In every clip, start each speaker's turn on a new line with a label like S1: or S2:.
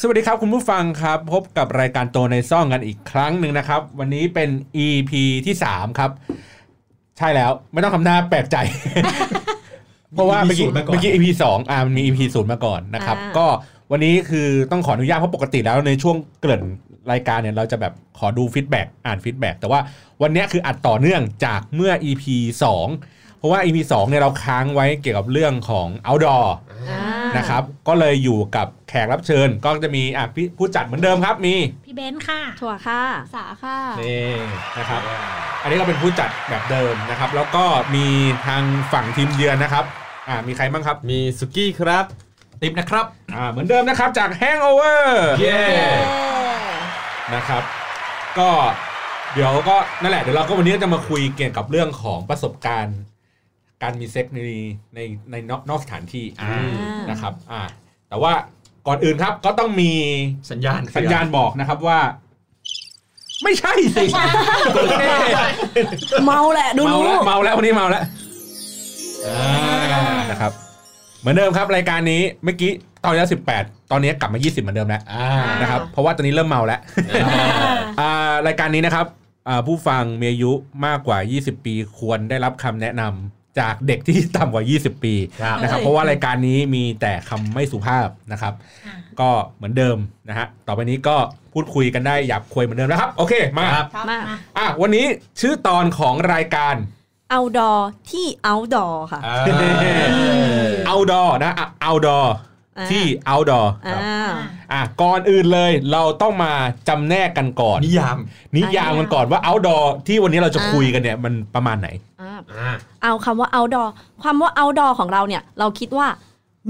S1: สวัสดีครับคุณผู้ฟังครับ พบกับรายการโตในซ่องกันอีกครั้งหนึ่งนะครับ วันนี้เป็น EP ที่ 3 ครับ ใช่แล้วไม่ต้องทำหน้าแปลกใจ เพราะว่าเมื่อกี้
S2: มีศูนย์มาก่อน
S1: เมื่อกี้ EP สองอ่ามันมี EP ศูนย์มาก่อนนะครับ
S3: อ่า
S1: ก็วันนี้คือต้องขออนุญาตเพราะปกติแล้วในช่วงเกริ่นรายการเนี่ยเราจะแบบขอดูฟีดแบ็กอ่านฟีดแบ็กแต่ว่าวันเนี้ยคืออัดต่อเนื่องจากเมื่อ EP 2 เพราะว่า EP 2เนี่ยเราค้างไว้เกี่ยวกับเรื่องของ outdoor
S3: อ่า
S1: นะครับ ก็เลยอยู่กับแขกรับเชิญ ก็จะมีอ่ะพี่ผู้จัดเหมือนเดิมครับ มี
S4: พี่เบนซ์ค่ะ
S3: ถั่วค่ะ
S4: สาค่ะ
S1: นี่นะครับ อันนี้ก็เป็นผู้จัดแบบเดิมนะครับ แล้วก็มีทางฝั่งทีมเยือนนะครับ อ่ามีใครบ้างครับ
S2: มีสุกี้ครับ ติ๊บนะครับ
S1: อ่าเหมือนเดิมนะครับจาก Hangover
S2: เย้
S1: นะครับ ก็เดี๋ยวก็นั่นแหละเดี๋ยวเราก็วันนี้ก็จะมาคุยเกี่ยวกับเรื่องของประสบการณ์ การมีเซ็กในในในนอกนอกสถานที่อ่า
S3: อ่าน
S1: นะครับอ่าแต่ว่าก่อนอื่นครับก็ต้องมี
S2: สัญญาณ
S1: สัญญาณบอกนะครับว่า ไม่ใช่สิ
S3: เมาแหละดู
S1: เมา
S3: รู้
S1: แล้วเมาแล้ววันนี้เมาแล้วนะครับ เหมือนเดิมครับรายการนี้เมื่อกี้ตอนนี้สิบแปดตอนนี้กลับมา 20 เหมือนเดิมแล้ว
S2: อ่า
S1: นะครับเพราะว่าตอนนี้เริ่มเมาแล้วอ่ารายการนี้นะครับอ่าผู้ฟังมีอายุมากกว่า 20 ปี ควรได้รับคำแนะนำจากเด็กที่ต่ำกว่า 20 ปี
S2: ครับ
S1: นะครับ เพราะว่ารายการนี้มีแต่คำไม่สุภาพนะครับ
S4: อ่า
S1: ก็เหมือนเดิมนะฮะต่อไปนี้ก็พูดคุยกันได้หยาบคุยเหมือนเดิมนะครับ โอเคมา
S2: ครับ
S3: มา
S1: อ่ะวันนี้ชื่อตอนของรายการ
S3: เอาดอที่เอาดอค่ะ
S2: อ่า
S1: outdoor นะอ่ะ outdoor ที่ outdoor
S3: อ่า
S1: ครับอ่ะก่อนอื่นเลยเราต้องมาจำแนกกันก่อน
S2: นิยาม
S1: นิยามกันก่อนว่า outdoor ที่วันนี้เราจะ
S3: อ่า
S1: คุยกันเนี่ยมันประมาณไหน
S3: อ่า
S2: อ่า
S3: เอาคำว่าเอาดอความว่าเอาดอของเราเนี่ย เราคิดว่า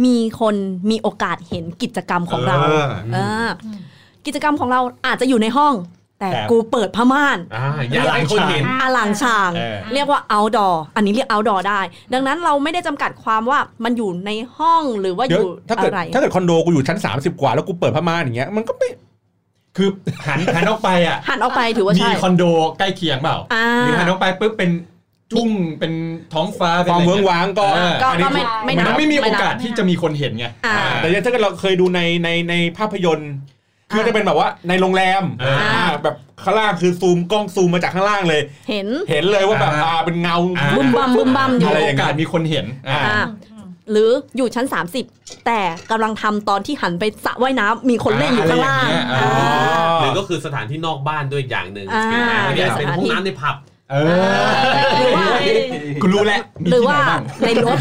S3: มีคนมีโอกาสเห็นกิจกรรมของเรา
S2: อ่า
S3: อ่ากิจกรรมของเราอาจจะอยู่ในห้อง แต่
S1: แต่
S3: กูเปิดผ้าม่าน
S2: อ่าอย่าให้คนเห็น
S3: อลังชาง
S2: เออ
S3: เรียกว่า outdoor อันนี้เรียก outdoor ได้ ดังนั้นเราไม่ได้จำกัดความว่ามันอยู่ในห้องหรือว่าอ
S1: เดี๋ยว
S3: ยู่
S1: ถ้าเกิด
S3: อะไร
S1: ถ้าเกิดคอนโดกูอยู่ชั้น 30 กว่าแล้วกูเปิดผ้าม่านอย่างเงี้ยมันก็ไม่
S2: คือหันหันออกไปอ่ะ
S3: หันออกไปถือว่า
S2: มี
S3: ใช่
S2: คอนโดใกล้เคียงเปล่า
S3: อ่า
S2: หรือหันออกไปปุ๊บเป็นทุ่งเป็นท้องฟ้าป็
S1: คนวา
S2: อะ
S1: ม
S2: ไร
S1: เวิ้ง
S2: งี้ย
S1: ว้างก็
S2: เออ
S3: ก็
S1: อันนี้
S3: ก็ไม่ไม่นั
S2: มั
S3: บ
S2: นไม่มีโอ
S3: นับ
S2: กาสที่จะมีคนเห็นไง
S3: อ่า
S2: อ่า
S1: แต่ถ้าเกิดเราเคยดูในในในภาพยนตร์คือจะเป็นแบบว่าในโรงแรม
S2: อ่า
S1: อ่าแบบข้างล่างคือซูมกล้องซูมมาจากข้างล่างเลย
S3: เห็น
S1: เห็นเลยว่าแบบ
S2: อ่า
S1: อ่าเป็นเงา
S2: อ่า
S3: บุมบัมบุมบัมอยู่
S1: อะไร
S2: มี
S1: อ
S2: โอ
S1: ย่
S2: ง
S1: เงี้ย
S2: กาสมีคนเห็นอ่า
S3: อ่า หรืออยู่ชั้น 30 แต่กำลังทำตอนที่หันไปสระว่ายน้ำมีคนเล่นอยู่ข้างล่าง
S2: อะไรอย่างเงี้ย
S5: หรือก็คือสถานที่นอกบ้านด้วยอย่างหนึ่ง
S3: อ่า
S5: เป็นอะไรเนี่ยเป็นห้องน้ำในผับ
S2: เอ
S3: หรือว่า
S2: อกูรู้แล้วมี
S3: หรือ
S2: ที่
S3: ว่า
S2: ไนบ้ง
S3: ในรถ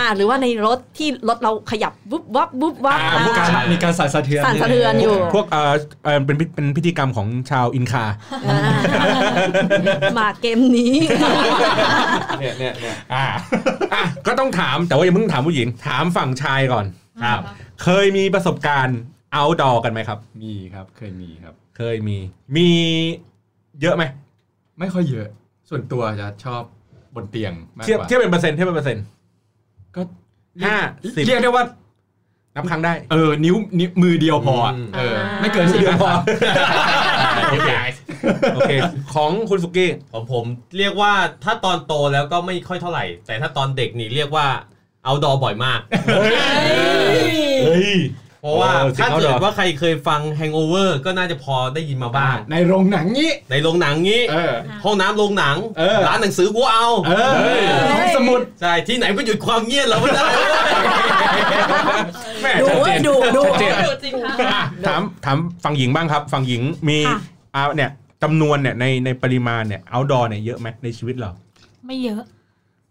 S3: อ่าหรือว่าในรถที่รถเราขยับวุบวับวุบวับ
S1: อ่า
S2: มีการมีการสั่นสะเทือน
S3: สั่นสะเทือนอยู่
S1: พวกเอ่อเอ่อเป็นพิเป็นพิธีกรรมของชาวอินคา
S3: อ่ามาเกมนี้
S2: เนี่ยเนี่ยเนี่ย
S1: อ่าอ่ะก็ต้องถามแต่ว่าอย่าเพิ่งถามผู้หญิง ถามฝั่งชายก่อน
S5: ครับ
S1: เคยมีประสบการณ์ outdoor กันไหมครับ
S2: มีครับเคยมีครับ
S1: เคยมี มีเยอะไหม
S2: ไม่ค่อยเยอะ ส่วนตัวจะชอบบนเตียงมาก
S1: เทียบ
S2: กว่า
S1: เทียบเป็นเปอร์เซ็นต์เทียบเป็นเปอร์เซ็นต์
S2: ก็
S1: ห้าสิบ
S2: เรียกได้ว่า
S1: นับครั้งได้
S2: เออนิ้วนิ้วมือเดียวพออ่ะ
S5: อืม
S2: เออ
S3: อ่า
S2: ไม่เกินสิบ
S1: เดียวพอ
S5: โอเค
S1: โอเค ของคุณสุกี้
S5: ของผมเรียกว่าถ้าตอนโตแล้วก็ไม่ค่อยเท่าไหร่ แต่ถ้าตอนเด็กนี่เรียกว่าเอาดอบ่อยมาก
S1: เฮ้ย
S5: เพราะว่า
S1: เออ
S5: ถ้าเกิด
S1: outdoor
S5: ว่าใครเคยฟัง Hangover ก็น่าจะพอได้ยินมาบ้าง
S2: ในโรงหนังนี้
S5: ในโรงหนังงี้
S2: เออ
S5: ห้องน้ำโรงหนัง
S2: เออ
S5: ร้านหนังสือกูเอา
S2: เออห้องสมุด
S5: ใช่ที่ไหนก็หยุดความเงียบเราไม่ได้
S1: แม่
S3: ดู
S1: ชัด
S3: เว้
S1: เจ
S3: ย
S1: น
S3: ดูดู
S1: ชัดเจน
S4: จริงค่ะ
S1: อ่ะถามถามฝั่งหญิงบ้างครับ ฝั่งหญิงมี
S4: ค่ะ
S1: อ่าเนี่ยจำนวนเนี่ยในในปริมาณเนี่ย outdoor เนี่ยเยอะไหมในชีวิตเรา
S4: ไม่เยอะ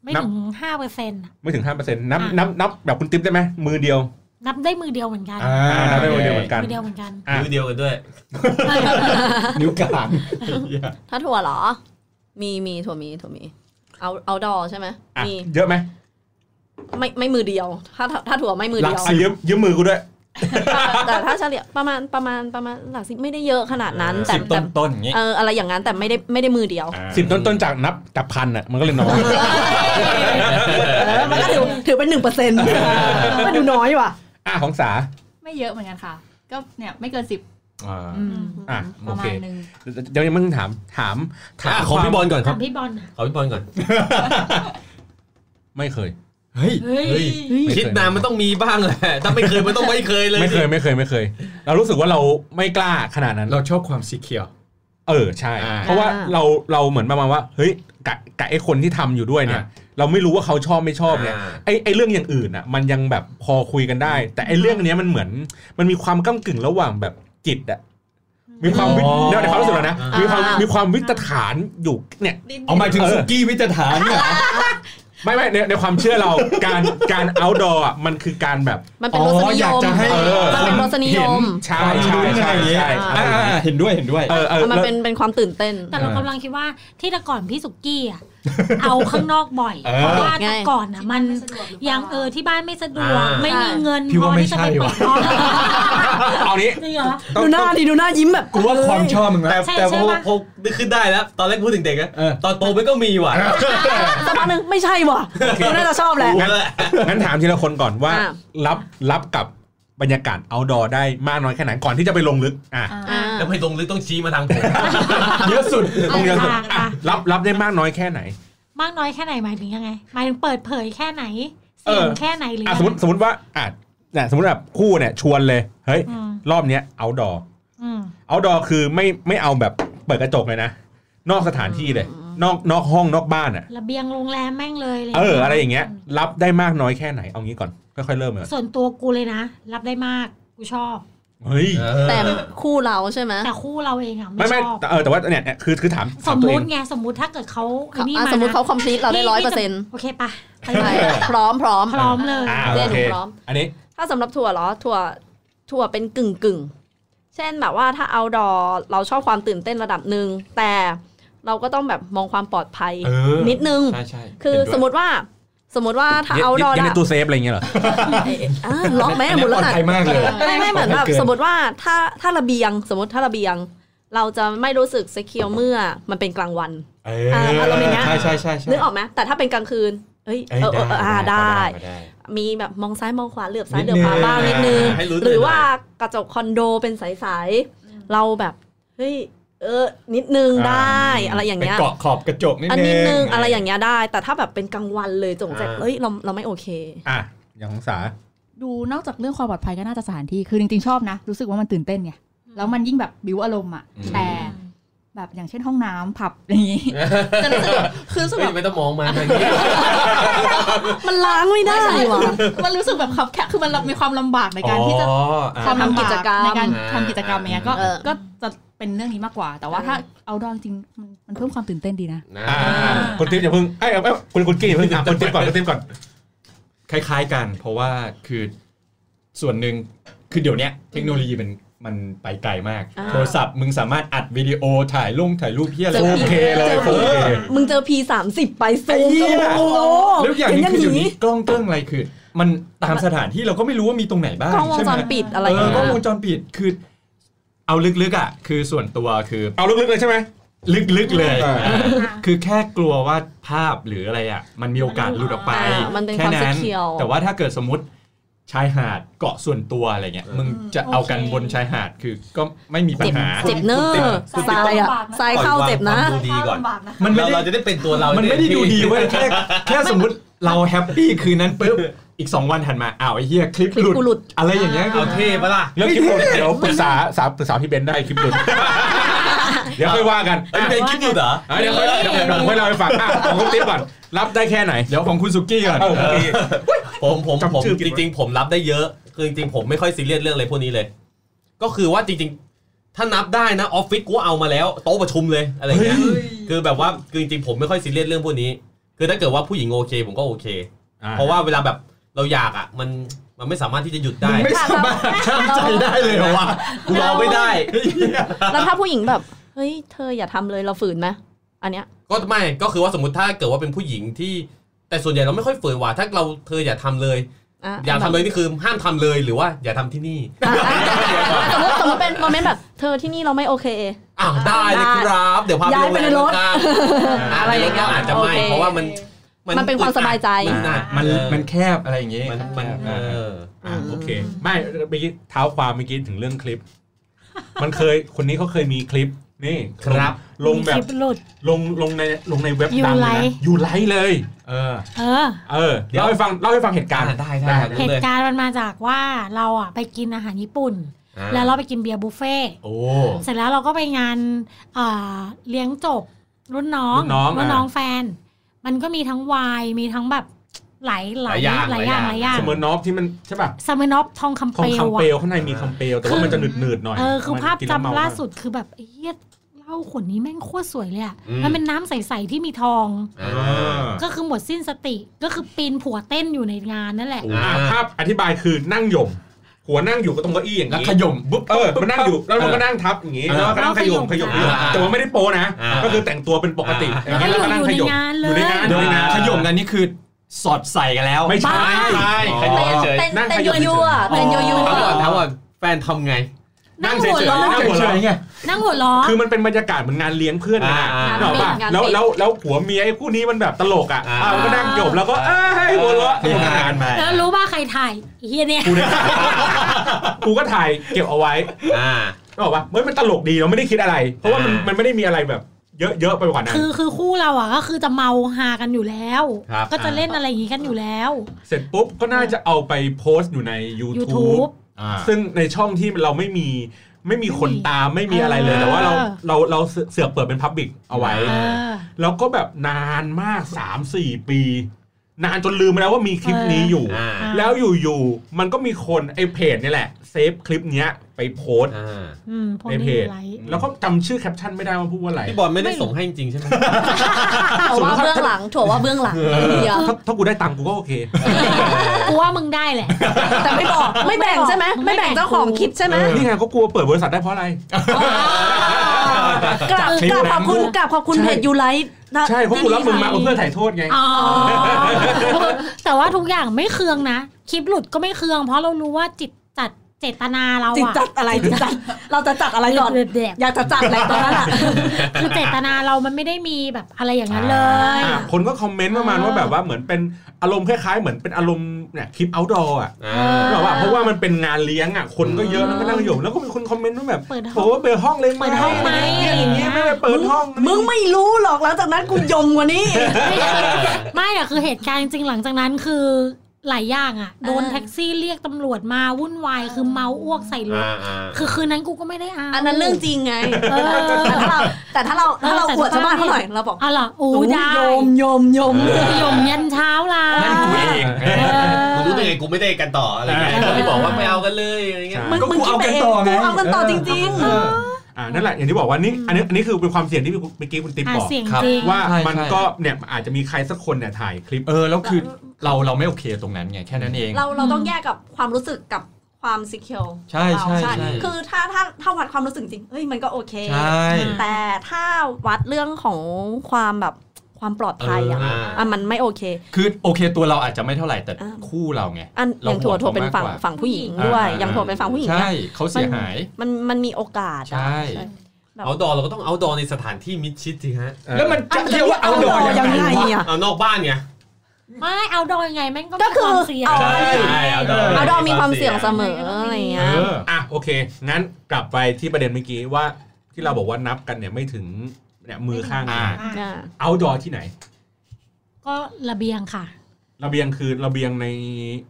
S4: ไม่ถึงห้าเปอร์เซ็นต์
S1: ไม่ถึง 5%นับนับนับแบบคุณติ๊บได้ไหมมือเดียว
S4: นับได้มือเดียวเหมือนกัน
S2: อ่า
S1: อ่านับได้มือเดียวเหมือนกัน
S4: มือเดียวเหมือนกัน
S1: อ่ะ
S5: มือเดียวกันด้วย
S2: นิ้วกลาง
S3: ถ้าถั่วเหรอ มีมีถั่วมีถั่วมี เอาเอาดอใช่ไหม
S1: อ่ะ
S3: มี
S1: เยอะไหม
S3: ไม่ไม่มือเดียว ถ้าถ้าถั่วไม่มือ
S1: หลั
S3: เดี
S1: ก
S3: ยว
S1: สิบยืมยืมมือกูด้วย
S3: แต่ถ้าเฉลี่ยประมาณประมาณประมาณหลักสิบไม่ได้เยอะขนาดนั้น แต่
S6: สิบ
S3: แต่
S6: ต้นต้นๆอย่างงี้
S3: เอออะไรอย่างนั้นแต่ไม่ได้ไม่ได้มือเดียว
S1: สิบต้นต้นๆจากนับจากพันอ่ะมันก็เลยน้อย
S3: เออมันก็ถือถือเป็นหนึ่งเปอร์เซ็นต์มันดูน้อยว่ะ
S1: อ่ะของสา
S7: ไม่เยอะเหมือนกันค่ะ ก็เนี่ยไม่เกินสิบ
S6: อ่า
S1: อ่ะ
S7: ป
S1: โอ
S7: ระมา
S1: เค
S7: ณนึง
S1: เดี๋ยวยังมึงถามถามถาม
S5: อ่ะขอพี่บอลก่อนค
S4: ถา
S5: รับ
S4: มพี่บอลอะ
S5: ขอพี่บอลก่อน
S1: ไม่เคย
S5: เฮ้ย
S4: เฮ้ย
S1: ไม่เคย
S5: คิดนานมันต้องมีบ้างแหละถ้าไม่เคยมันต้องไม่เคยเลย
S1: ไม่เคยไม่เคยไม่เคย เรารู้สึกว่าเราไม่กล้าขนาดนั้น
S2: เราชอบความสีเขียว
S1: เออใช่
S2: อ่า
S1: เพราะว่า
S3: อ่า
S1: เราเราเหมือนประมาณว่าเฮ้ยกะกะไอ้คนที่ทำอยู่ด้วยเนี่ย
S2: อ่า
S1: เราไม่รู้ว่าเขาชอบไม่ชอบเนี่ย
S5: า
S1: ไอ้ไอ้เรื่องอย่างอื่นอ่ะมันยังแบบพอคุยกันได้ แต่ไอ้เรื่องเนี้ยมันเหมือน มันมีความก้ากึ่งระหว่างแบบจิตอ่ะมีความวิ
S6: อ๋อ
S1: ในในความรู้สึกเรานะ
S5: อ่ามี
S1: มีความมีความวิตฐานอยู่เนี่ย
S6: เอาหมายถึง
S1: เออ
S6: สุกี้วิจารฐานเนี่ยเหรอ
S1: ไม่ไม่ในในความเชื่อเรา การการ outdoor อ่ะมันคือการแบบ
S3: มันเป็นรส
S6: อ
S3: นิ
S6: ยยาก
S3: ม
S6: จะให้
S3: มันเป็นรสนิยม
S1: ใช่ใช่ใช่ใช่
S6: อ่าอ่าเห็นด้วยเห็นด้วย
S1: เออเออ
S3: มัน
S1: แล้ว
S3: เป็นเป็นความตื่นเต้น
S4: แต่
S6: เออก
S4: เราำลังคิดว่าที่แต่ก่อนพี่สุกี้อ่ะ เอาข้างนอกบ่อย
S6: เออ
S4: เพราะว่า
S3: ไง
S4: แต่ก่อนอ่ะ มันยังเออที่บ้านไม่สะดวก
S5: อ่า
S4: ไม่มีเงิน
S2: พี่
S4: พอ
S2: ว่าไม่
S4: ที่จะไป
S2: ใช่
S4: เปิ
S2: ว่ะ
S4: ดร้าน
S1: เอานี้
S4: จริงเหรอ
S3: ดูหน้าดิดูหน้ายิ้มแบบ
S6: กูว่าความชอบมึง
S5: แต่
S6: นะ
S5: แต่พอ
S4: ใช่ปะ
S5: พอนึกขึ้นได้แล้ว ตอนแรกพูดถึงเด็กนะ
S6: เออ
S5: ตอนโตมันก็มีว่ะ
S3: สักพักหนึ่งไม่ใช่ว่ะเราน่าจะชอบแหละ
S5: รู้แล้ว
S1: งั้นถามทีละคนก่อนว่า
S3: อ่ะ
S1: รับรับกับบรรยากาศ outdoor ได้มากน้อยแค่ไหนก่อนที่จะไปลงลึกอ่ะ
S3: อ่า
S5: แล้วไปลงลึกต้องชี้มาทางผม
S6: เยอะสุด
S1: ต้องเรียนสุด
S4: อ่ะ
S1: อ่ะ
S4: อ่ะ
S1: รับรับได้มากน้อยแค่ไหน
S4: มากน้อยแค่ไหนหมายถึงยังไงหมายถึงเปิดเผยแค่ไหน
S1: เอ
S4: เสีย
S1: อ
S4: งแค่ไหนหรือ
S1: อ่ะ
S4: ยัง
S1: สมมติสมมติว่าอ่ะเนี่ยสมมติแบบคู่เนี่ยชวนเลยเฮ้ย
S4: อืม
S1: รอบเนี้ย outdoor
S4: อืม
S1: outdoor คือไม่ไม่เอาแบบเปิดกระจกเลยนะ นอกสถานที่เลย นอกนอกห้องนอกบ้านอ่ะ
S4: ระเบียงโรงแรมแม่งเลย
S1: เอออะไรอย่างเงี้ย รับได้มากน้อยแค่ไหนเอางี้ก่อนค่อยๆเริ่มเลย
S4: ส่วนตัวกูเลยนะ รับได้มากกูชอบ
S1: เฮ้ย
S3: แต่คู่เราใช่ไหม
S4: แต่คู่เราเองอ่ะ
S1: ไม่
S4: ไม่
S1: ไม่
S4: ชอบ
S1: แต่เออแต่ว่าเนี่ยเนี่ยคือคือถาม
S4: ส
S1: ถาม ตัว
S4: มุ
S1: เอง
S4: ติไงสมมุติถ้าเกิดเขาไอ้นี่
S3: อ่ะ
S4: มา
S3: สมมติเขา
S4: นะ
S3: คอมพลีทเราได้ร้อย
S4: พี่
S3: เปอ
S4: จะ
S3: ร์เซ็นต์
S4: โอเค ปะไป
S3: ใช่
S4: เลย
S3: พร้อมพร้อม
S4: พร้อมเลย
S1: อ่า
S3: เรี
S1: โอย
S3: น
S1: เค
S3: พร้อม
S1: อันนี้
S3: ถ้าสำหรับถั่วเหรอถั่วถั่วเป็นกึ่งกึ่งเช่นแบบว่าถ้าเอาดอเราชอบความตื่นเต้นระดับหนึ่งแต่เราก็ต้องแบบมองความปลอดภัย
S6: เออ
S3: นิดนึง
S6: ใช่ใช่
S3: คือสมมติว่าสมมติว่าถ้า
S1: ยึด
S3: เอา
S1: ยึด
S3: ดอ
S1: ยึดใน
S3: ได้
S1: ตู้เซฟอะไรอย่างเงี้ยเหรอ
S3: อ่ะล็อกไหม
S6: อัน
S3: หม
S6: นี้ปล
S3: ดแล้
S6: อ
S3: ว
S6: ด
S3: นะ
S6: ภัยมากเลย
S3: ไม่ไม่เหมือนแบบ
S6: เกิน
S3: สมมติว่าถ้าถ้าระเบียงสมมติถ้าระเบียง เราจะไม่รู้สึกเซคิวเมื่อมันเป็นกลางวัน
S6: เอ
S3: ออารมณ์อย่างเงี้ย
S6: ใช่ใช่ใช่ใช่
S3: นึกออกไหมแต่ถ้าเป็นกลางคืนเอ้ย
S6: เอ้ย
S3: เออเออเอออ่าได้
S6: พอได้
S3: มีแบบมองซ้ายมองขวาเหลือบซ้าย
S6: นิด
S3: เหลือบขวา
S6: นึง
S3: บ้างนิดนึง
S5: ให้รู้
S3: หรือ
S5: หน่อย
S3: ว่ากระจกคอนโดเป็นใสๆเราแบบเฮ้ยเออนิดนึง
S6: อ่า
S3: ได้อะไรอย่าง
S6: ไป
S3: เงี้ย
S6: เกาะขอบกระจกนิด
S3: อัน
S6: นึง
S3: นิดนึงอะไรอย่างเงี้ยได้ แต่ถ้าแบบเป็นกลางวันเลยจงใจ
S5: อ่า
S3: เอ้ยเราเราไม่โอเค
S1: อ่ะอย่างของสา
S7: ดูนอกจากเรื่องความปลอดภัยก็น่าจะสถานที่คือจริงๆชอบนะ รู้สึกว่ามันตื่นเต้นไงแล้วมันยิ่งแบบบิวอารมณ์อ่ะแต่แบบอย่างเช่นห้องน้ำผับอย่างงี้จะรู้สึกคือรู้สึก
S5: เฮ้
S7: แบ
S5: ย
S7: บ
S5: ไม่ต้องมองมาทางนี้
S3: มันล้างไม่ได้ว่ะ
S7: มันรู้สึกแบบขับแคบคือมันมีความลำบากในการที่จะ
S6: อ๋ออ่ะ
S7: ความลำบา
S3: ทำกิจกรรม
S7: ในการทำกิจกรรมอย่างเงี้ยก็
S3: เออ
S7: ก็จะเป็นเรื่องนี้มากกว่า แต่ว่าถ้าเอาดอจริงๆมันมันเพิ่มความตื่นเต้นดีนะ
S5: นะ
S1: อ่าคุณติ๊บอย่าเพิ่งไอ้ยเอ้ยคุณคุณกี้อย่าเพิ่งอ่ะคุณติ๊บก่อนคุณติ๊บก่อน
S6: คล้ายๆกัน เพราะว่าคือส่วนหนึ่งคือเดี๋ยวเนี้ยเทคโนโลยีมันมันไปไกลมาก
S3: อ่า
S6: โทรศัพท์มึงสามารถอัดวิดีโอถ่ายลงถ่ายรูปเพี้ยอะไร
S1: โอเคเลยโอเค
S3: มึงเจอ P 3 0ไปซูม
S6: เหี้ย
S3: โอ้โห
S6: แล้วอย่าง
S3: เห็น
S6: นี้
S3: ยัง
S6: คือ
S3: ห
S6: เดี๋ยว
S3: นี
S6: นี้กล้องเกิ้งอะไรคือ มันตามสถานที่เราก็ไม่รู้ว่ามีตรงไหนบ้าง
S3: กล้องวง
S6: ใช่
S3: จ
S6: ไหม
S3: รปิดอะไรอ
S6: เอย่างอ
S3: เงี้
S6: กล้องวย งจรปิดคือ เอาลึกๆอ่ะ คือส่วนตัวคือ
S1: เอาลึกๆเลยใช่ไหม
S6: ลึกๆเลย
S1: อ่า
S6: อ่าคือแค่กลัวว่าภาพหรืออะไรอ่ะ มันมีโอกาสหลุดออกไป
S3: อ่ามันเป็น
S6: แค่
S3: ความเซ
S6: นั้น
S3: เคียว
S6: แต่ว่าถ้าเกิดสมมติชายหาดเกาะส่วนตัวอะไรเงี้ย มึงจะเอากันบนชายหาดคือก็ไม่มีปัญหา
S3: เจ็บเนอร์ทรายอ่ะทรายเข้าเจ็บนะ
S5: ดูดีก่อน
S6: มันไม่
S5: เราเรา
S6: ได้
S5: จะได้เป็นตัวเรา
S6: มั
S5: มัน
S6: ไม่ได้ดูดีเว้ยแค่แค่สมมติเราแฮปปี้คืนนั้นปุ๊บ อีก 2 วันถัดมาอ้าวไอ้เหี้ยคลิป
S3: คลิ
S6: ห
S3: ป
S6: ลุด
S3: กูหลุด
S6: อะไรอย่างเงี้ย
S5: เอาเท่ปะล่ะ
S1: เรื่องคลิปหลุดเดี๋ยวปรึกษาสาวปรึกษาพี่เบนซ์ได้คลิปห ลุด เดี๋ยวค่อยว่ากัน
S5: เอ้ยเป็นคลิปหลุดเหรอ
S1: อ่ะเดี๋ยวค่อยเดี๋ยวผมค่อยเล่าให้ฟังอ่ะของคุณติ๊บก่อนรับได้แค่ไหน
S6: เดี๋ยวของคุณสุกี้ก่อน
S1: เออพี่
S5: ผมผมผ
S1: จำ
S5: ม
S1: ชื่อผิ
S5: จ
S1: ด
S5: ริง ๆ ผมรับได้เยอะคือจริงๆผมไม่ค่อยซีเรียสเรื่องอะไรพวกนี้เลย ก็คือว่าจริง ๆ ถ้านับได้นะออฟฟิศกูเอามาแล้วโต๊ะประชุมเลยอะไรอย่างเงี้ยคือแบบว่าคือจริงๆผมไม่ค่อยซีเรียสเรื่องพวกนี้ คือถ้าเกิดว่าผู้หญิงโอเคผมก็โอเค เพราะว่าเวลาแบบเราอยากอ่ะมันมันไม่สามารถที่จะหยุดได้
S6: ไม่สามารถห้ามใจได้เลยเหรอวะ
S5: กูรอไม่ได้
S3: แล้วถ้าผู้หญิงแบบ เฮ้ย เธออย่าทำเลยเราฝืนไหมอันเนี้ย
S5: ก็ไม่ก็คือว่าสมมติถ้าเกิดว่าเป็นผู้หญิงที่ แต่ส่วนใหญ่เราไม่ค่อยฝืนว่าถ้าเราเธออย่าทำเลย
S3: อ่ะ
S5: อย่าทำเลยนี่คือห้ามทำเลยหรือว่า อย่าทำที่นี่
S3: อ่ะอ่ะสมมติสมมติเป็นโมเมนต์แบบ เธอที่นี่เราไม่โอเค
S5: อ้าวได้เลยครับ เดี๋ยวพาไป
S3: ย้าย
S5: โรง
S3: ไป
S5: แร
S3: ใน
S5: ม
S3: รถ
S5: ข้างๆ
S3: อะไรอย่างเงี้ย
S5: ก็อาจจะไม่
S3: โอค
S5: เพราะว่ามัน
S3: มันเป็นความสบายใจ
S5: มั
S6: มัน
S5: นอึดอัดเออ
S6: มันแคบอะไรอย่างงี้
S5: มันมัน
S6: แคบ
S5: เอ
S6: อ่า
S5: อ
S1: อ่ะโอเค ไม่เมื่อกี้เท้าความเมื่อกี้ถึงเรื่องคลิป มันเคยคนนี้เขาเคยมีคลิปนี่
S5: ครับ
S1: ลงแบบ
S4: มีคลิปหลุด
S1: ลงลงในลงในเว็บดังเลยนะ
S4: YouLike
S1: อยู่ไลฟ์เลย
S6: เออ
S4: เออ
S1: เออ
S5: เดี๋ยว
S1: เล่าให้ฟังเล่าให้ฟังเหตุการณ์
S5: อ่ะได้ได้
S1: ได้
S5: ได้
S4: เห
S5: เลย
S4: ตุการณ์มันมาจากว่าเราอ่ะไปกินอาหารญี่ปุ่น
S5: อ่
S4: แล้วเราไปกินเบียร์บุฟเฟ่ต์
S5: โอ้
S4: เสร็จแล้วเราก็ไปงานเอ่อเลี้ยงจบ รุ่นน้อง
S1: รุ่นน้อง
S4: รุ่นน้อง
S1: อ่ะ
S4: แฟน มันก็มีทั้งไวน์มีทั้งแบบหลายหลาย
S5: หลายอย่าง
S4: หลายอย่าง
S5: ห
S4: ห
S5: ลา
S4: ลายยอย่
S5: อา
S4: ย่าง ง
S1: เสมือนนอฟที่มันใช่ป่ะ
S4: ซามานอฟทองคำ
S1: ทอ
S4: เป
S1: ง
S4: ลว
S1: คำเปลว
S4: อ่ะ
S1: ข้างในมีคำเปลวแต่ว่ามันจะหนืดหนืดๆหน่อย
S4: เออคือ
S1: มัน
S4: ภาพ
S1: กิน
S4: จำ
S1: แล้วเม
S4: ล่าสุดคือแบบเฮียเหล้าขวดนี้แม่งโคตรสวยเลยอ่ะ
S5: อืม
S4: มันเป็นน้ำใสๆที่มีทอง
S5: อ่า
S4: ก็คือหมดสิ้นสติก็คือปีนผัวเต้นอยู่ในงานนั่นแหละ
S5: โอ้
S1: อ่าภาพอธิบายคือนั่งหย่มหัวนั่งอยู่ก็ตรงเก้าอี้อย่าง
S6: แล้ว
S1: นี้
S6: ขย่มบุ๊บ
S1: เออมันนั่งอยู่แล้วมันก็นั่งทับอย่างนี้
S6: เออ
S1: แล้วก็นั่งขยมขยม
S5: อ่า
S1: แต่ว่าไม่ได้โปนะ
S5: อ่า
S1: ก็คือแต่งตัวเป็นปกติ
S4: แล้วก็อยู่
S1: นั่ง
S4: อยู่
S1: ข
S4: ใน
S1: ยม
S4: งาน
S1: อ
S4: เลย
S1: ยู่ในงานอ
S6: โด
S1: ยู่
S6: ย
S1: ในงา
S6: นะ
S1: น
S6: ขย่มกันนี่คือสอดใส่กันแล้ว
S1: ไม่ใช่
S5: ไม่ใช่
S1: ขยม
S5: เฉย
S3: เต้น
S1: นั่ง
S3: เต้น
S1: ขยั
S3: ยั
S1: บ
S3: วยัวๆอ่ะ
S6: เฉยๆ
S3: เต้นยัวยัว
S5: ถา
S3: ๆ
S5: มก่อน
S3: อ่ะ
S5: ถามก่อนแฟนทำไง
S1: นั่งเฉยๆ
S6: นั่
S1: นั่ง
S6: ง
S1: หัว
S6: เฉ
S1: เราะ
S6: ยๆไง
S4: นั่งหัวล้อ
S1: คือมันเป็นบรรยากาศเหมือนงานเลี้ยงเพื่อนนะ
S5: อ่า
S1: เนกออกป่ะ
S3: งานเลี้ยง
S1: แล้วแล้วแล้วผัวเมียไอ้คู่นี้มันแบบตลกอ่ะ
S5: อ่า
S1: อ่ามันก็นั่งจบแล้วก็เอ้ยหัวเราะ
S6: เฮฮากันไป
S4: แล้วรู้ว่าใครถ่ายเฮียเนี่ย
S1: กูเนี่ยกูก็ถ่ายเก็บเอาไว้
S5: อ่า
S1: ก็บอกว่าเฮ้ยมันตลกดีเราไม่ได้คิดอะไร เพราะว่ามัน
S5: อ่ามั
S1: มันไม่ได้มีอะไรแบบ เยอะเยอะไปกว่านั้น
S4: คือคือคู่เราอ่ะก็คือจะเมาฮากันอยู่แล้ว
S5: ครับ
S4: ก็จะเล่นอะไรอย่างงี้กันอยู่แล้ว
S1: เสร็จปุ๊บก็น่าจะเอาไปโพสต์อยู่ใน YouTube
S4: YouTube
S1: ซึ่งในช่องที่เราไม่มีไม่มีคนตามไม่มีอะไรเลย แต่ว่าเรา
S4: เออ
S1: เราเราเสือกเปิดเป็นพับบิกเอาไว้
S4: เออ
S1: แล้วก็แบบนานมาก 3 4 ปี นานจนลืมไปแล้วว่ามีคลิปนี้อยู่
S5: อ่า
S1: แล้วอยู่ๆมันก็มีคนไอ้เพจนี่แหละเซฟคลิปเนี้ยไปโพสต์
S5: อ่า
S4: อืมพวก
S1: ในเพ
S4: นี้
S1: จ
S4: ไลฟ์
S1: แล้วก็จำชื่อแคปชั่นไม่ได้ว่าพูดว่าอะไร
S5: พี่บอลไม่ได้ส่งให้จริงๆใช่ไหม
S3: ถั่วว่าเบื้องหลังถั่วว่าเบื้องหลังเดี๋ยว
S1: ถ้าถ้ากูได้ตังค์กูก็โอเค
S4: กูว่ามึงได้แหละ
S3: แต่ไม่บอกไม่แบ่งใช่ไหมไม่แบ่งเจ้าของคลิปใช่ไหม
S1: นี่ไงก็กลัวเปิดบริษัทได้เพราะอะไร
S3: กราบกราบขอบคุณกราบขอบคุณเพจยูไลท์นะ
S1: ใช่เพราะกูรับมึงมาเอาเพื่อถ่ายโทษไง
S4: อ๋อ แต่ว่าทุกอย่างไม่เคืองนะ คลิปหลุดก็ไม่เคือง เพราะเรารู้ว่าจิตจัดเจตนาเรา
S3: จิต
S4: อะ
S3: จัดอะไรจิตจัด เราจะจัดอะไรก่อน
S4: เดือดแดก
S3: อยากจะจัดอะไรตอนนั้นอ่ะ
S4: คือเจตนาเรามันไม่ได้มีแบบอะไรอย่างนั้นเลย
S1: อ่ะคนก็คอมเมนต์ประมาณว่าแบบว่าเหมือนเป็นอารมณ์คล้ายๆ เหมือนเป็นอารมณ์เนี่ยคลิป outdoor อ่ะ
S5: อ่า
S1: หรอว่าเพราะว่ามันเป็นงานเลี้ยงอ่ะคนก็เยอะแล้วก็นั่งอยู่แล้วก็มีคนคอมเมนต์ว่าแบบ
S4: เปิดห้อง
S1: บอกว่าเปิดห้องเลยไหม
S4: เปิดห้องไหม
S1: เนี่ยอย่างเงี้ยไม่ไปเปิดห้อง
S3: มึงไม่รู้หรอกหลังจากนั้นกูยมกว่านี้
S4: ไม่อะ คือเหตุการณ์จริงๆหลังจากนั้นคือหลายอย่างอะโดน
S3: อ่า
S4: แท็กซี่เรียกตำรวจมาวุ่นวายคือเมาอ้วกใส่รถ
S5: อ่าอ่า
S4: คือคืนนั้นกูก็ไม่ได้อ่าน
S3: อันนั้นเรื่องจริงไง
S4: เออ
S3: แต่ถ้าเราแต่ถ้าเราถ้าเรา
S4: แต่
S3: กวดชาวบ้าน
S4: แต่
S3: เขาหน่อยเราบอก
S4: เอะหรอโอ้ยได้
S3: โยมโยมโยม
S4: ยมยันเช้าลา
S6: นั่นกูเอง
S4: เออ
S5: กูรู้ได้ไงกูไม่ได้กันต่ออะไรเงี้ย
S4: เออ
S5: ตอนที่บอกว่าไม่เอากันเลยอะไรเงี้ย
S3: มึง
S6: ก็กู
S3: มึงคิด
S6: เอา
S3: ไป
S6: กัน
S3: เอง
S6: ต่อไง
S3: กูเอากันต่อจริงๆ
S1: อ่านั่นแหละอย่างที่บอกว่านี่อันนี้อันนี้คือเป็นความเสี่ยงที่เมื่อกี้คุณติ๊บ
S4: หา
S1: บอก
S4: เสียง
S6: ครับ
S4: จริง
S1: ว่า
S6: ใช่
S1: มัน
S6: ใช่
S1: ก็เนี่ยอาจจะมีใครสักคนเนี่ยถ่ายคลิป
S6: เออ แล้วคือเราเราไม่โอเคตรงนั้นไงแค่นั้นเอง
S3: เราเราต้องแยกกับความรู้สึกกับความ secure
S6: ใช่ใช่
S3: เรา
S6: ใช่
S3: คือถ้าถ้าถ้าวัดความรู้สึกจริงเอ้ยมันก็โอเค
S6: ใช่
S3: แต่ถ้าวัดเรื่องของความแบบความปลอดภัยอะ
S5: เอออ่า
S3: อ่ะมันไม่โอเค
S6: คือโอเคตัวเราอาจจะไม่เท่าไหร่แต่
S3: อ่า
S6: คู่เราไง
S3: อันอ
S6: เรา
S3: ย่างถั่ว
S6: ห่วง
S3: ถั่วเป็นฝั่ง
S6: เขามากกว่า
S3: ฝั่งผู้หญิงด้วย
S6: อ่
S3: อย่างถั่วเป็นฝั่งผู้หญิง
S6: ใช่
S3: นะ
S6: เขาเสียหาย
S3: มันมันมีโอกาสอะ
S6: ใช่
S5: เอาดอเราก็ต้องเอาดอในสถานที่มิดชิดสิฮะ
S1: อ
S6: แล้วมันจะเรียกว่าเอาดอ
S3: เอา
S6: ยั
S3: ยังง
S6: ไง
S3: ไง
S6: วะ
S3: อะ
S5: เอานอกบ้านไง
S4: ไม่เอาดอยยังไงแม่งก็มี
S3: ก็คือ
S4: ความเสี่ยง
S3: เอา
S5: ใช่เอาดอย
S3: เอาดอมมีความเสี่ยงเสมออะไรอย่างเงี้ย
S6: เออ
S1: อ่ะโอเค งั้นกลับไปที่ประเด็นเมื่อกี้ว่าที่เราบอกว่านับกันเนี่ยไม่ถึงเนี่ยมือข้าง
S6: อ่า
S4: อ่ะ
S1: เอาดอที่ไหน
S4: ก็ระเบียงค่ะ
S1: ระเบียงคือระเบียงใน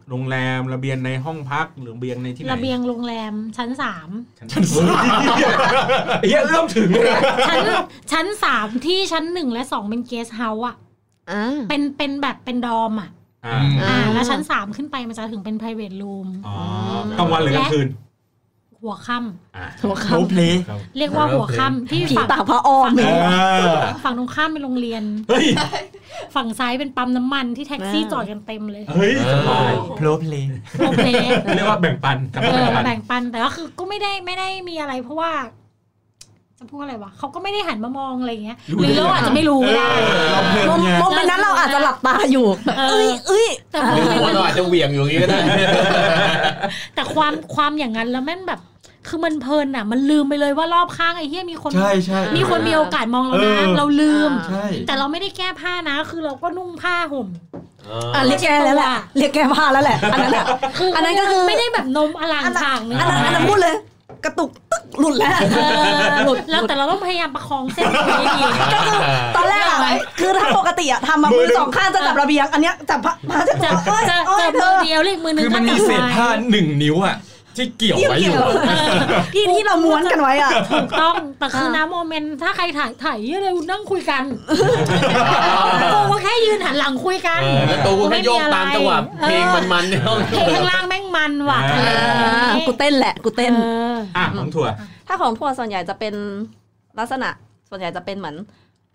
S1: โรงแรมระเบียงในห้องพักหรือระเบียงในที่ไหน
S4: ระเบียงโรงแรมชั้นสาม
S1: ชั้น สามเฮียเอื้อมถึงเลยนะ
S4: ชั้นชั้นสามที่ชั้นหนึ่งและสองเป็นเกสเฮาส์อ่ะ เป็นเป็นแบบเป็นดอมอ่ะ
S1: อ่า
S6: อ่า
S4: อ่าแล้วชั้น 3 ขึ้นไปมันจะถึงเป็น private room
S1: อ๋อกลางวันหรือกลางคืน
S4: หัวค่
S1: อ่า
S6: โนเพลย์
S4: ำเรียกว่าหัวค่ำที่
S3: ผี
S4: ฝั่ง
S3: ตากพระอ้อมเนี่ย
S4: ฝั่งตรงข้ามเป็นโรงเรียน
S1: เฮ้ย
S4: ฝั่งซ้ายเป็นปั๊มน้ำมันที่แท็กซี่
S3: อ่า
S4: จอดกันเต็มเลย
S1: เฮ้ยสบาย
S6: โพลเพลย์
S4: โอเค
S1: เรียกว่าแบ่งปันกับ
S4: เอ
S1: แบ่ง
S4: อ
S1: ปัน
S4: แบ่งปันแต่ก็คือก็ไม่ได้ไม่ได้มีอะไรเพราะว่า จ จะพูดอะไรวะเขาก็ไม่ได้หันมามองอะไรอย่างเงี้ย
S6: รู้
S4: หรือเราอาจจะไม่รู้ก็ได้
S6: เราเพลินไง
S4: โม
S8: โม
S4: เม
S8: เม
S4: น
S8: น
S4: ต์
S8: ต์
S4: นั้
S8: นั้น น
S4: เรา
S8: เรา
S4: อา
S8: อา
S4: จ
S8: จ
S4: จะ
S8: จะ
S4: ห
S8: ห
S4: ลั
S8: ลั
S4: บบ ตา
S8: ตาอยู่
S4: เอ
S8: เอ้
S4: อย
S8: เอ้ย
S4: แต่พอ
S5: หรือหัวเราอาจจะเหวียงอยู่อย่างนี้ก็ได้
S4: แต่ความความอย่างนั้นแล้วแม่งแบบ คือมันเพลินอ่ะ มันลืมไปเลยว่ารอบข้างไอ้เหี้ยมีคน
S6: ใช่ใช่
S4: มีคนมีโอกาสมองเรานะ
S6: เออ
S4: เราลืม
S6: ใช่
S4: แต่เราไม่ได้แก้ผ้านะ คือเราก็นุ่งผ้าห่ม
S8: อ่ะเรียกแกแล้วแหละเรียกแกมาแล้วแหละ อันนั้นอ่ะ อันนั้นก็คือ
S4: ไม่ได้แบบนมอลังฉาง
S8: อันนั้นอันนั้นพูดเลย กระตุกตึ๊กหลุดแล้ว
S4: เออ
S8: หลุด
S4: แล้วแต่เราต้องพยายามประคองเส้นให้ดี
S8: ก็คือตอนแรกอะคือถ้าปกติอะทำมามือสองข้างจะจับระเบียง อันเนี้ยจับผ้าจะ
S4: จะ
S8: จับเอ้ย
S4: จะ
S8: เอ้
S4: จะ
S8: ยเธ
S4: มือ
S8: อ
S4: เดียวเรียกมือหนึง
S6: คือมันมีเศษผ้าหนึ่งนิ้วอ่ะที่เกี่ยว
S8: ที่
S6: ไว้อ
S8: เกี่ย
S6: ยู่
S8: วที่ที่เราม้วนกันไว้อะ
S4: ถูกต้อง แต่คือนะโมเมนต์ถ้าใครถ่ายถ่ายเหี้ยอะไรนั่งคุยกันกูก็แค่ยืนหันหลังคุยกัน
S5: เออแล้วตัวกูให้โยกตามจังหวะ
S4: ออ
S5: เพลงมันๆเนี่ย
S4: เพลงข้างล่างแม่งมันว่ะ
S8: อ่ากูเต้นแหละ กูเต้น
S4: ออ
S6: อ่ะของถั่ว
S3: ถ้าของทัวร์ส่วนใหญ่จะเป็นลักษณะส่วนใหญ่จะเป็นเหมือน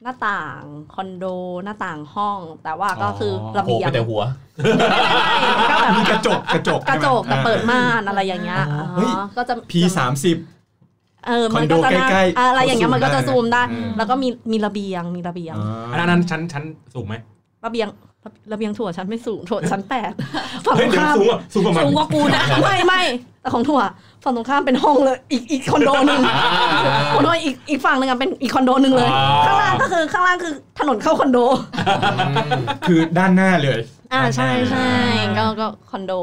S3: หน้าต่างคอนโดหน้าต่างห้อง แต่ว่าก็คือระ
S5: โผล่
S3: เบีย
S5: ไป
S3: ง
S5: แต่หัว
S3: ไม่ก็แบบ
S6: มีกระจกกระจก
S3: กระจก
S6: ใช่ไหม
S3: แต่เปิด
S6: อ่
S3: ม่านอะไรอย่างเงี้ย
S6: อ๋อเฮ้ย
S3: อ๋อก็จะ
S6: พีสามสิบ
S3: เออมันก็
S6: คอน
S3: จะ
S6: โด
S3: น่า
S6: ใกล้ๆ
S3: อะไรอย่างเงี้ยมันก็จะ
S6: เขาซู
S3: ซู
S6: ม
S3: ม
S6: ได้
S3: ได้ แล้วก็มีมีระเบียงมีระเบียง
S1: อันนั้นอันนั้นชั้นชั้นสูงไหม
S3: ระเบียงระเบียงถั่วชั้นไม่สูงถั่วชั้นแปดฝั่ง
S1: เฮ้ย
S3: ตรง
S1: เดี๋ยว
S3: ข้าม
S1: สูงอ่ะสูงกว่ามัน
S4: สูงกว่ากูนะ
S3: ไม่ไม่แต่ของถั่วฝั่งตรงข้ามเป็นห้องเลยอีกอีกคอนโดหนึ่งคอนโดอีกอีกฝั่งหนึ่งอะเป็นอีกคอนโดหนึ่งเลย
S5: อ๋อ
S3: ข้างล่างก็คือข้างล่างคือถนนเข้าคอนโด
S6: คือด้านหน้าเลย
S3: อ่าใช่ใช่
S6: ด้านหน้าเลย
S3: ก็ก็คอนโด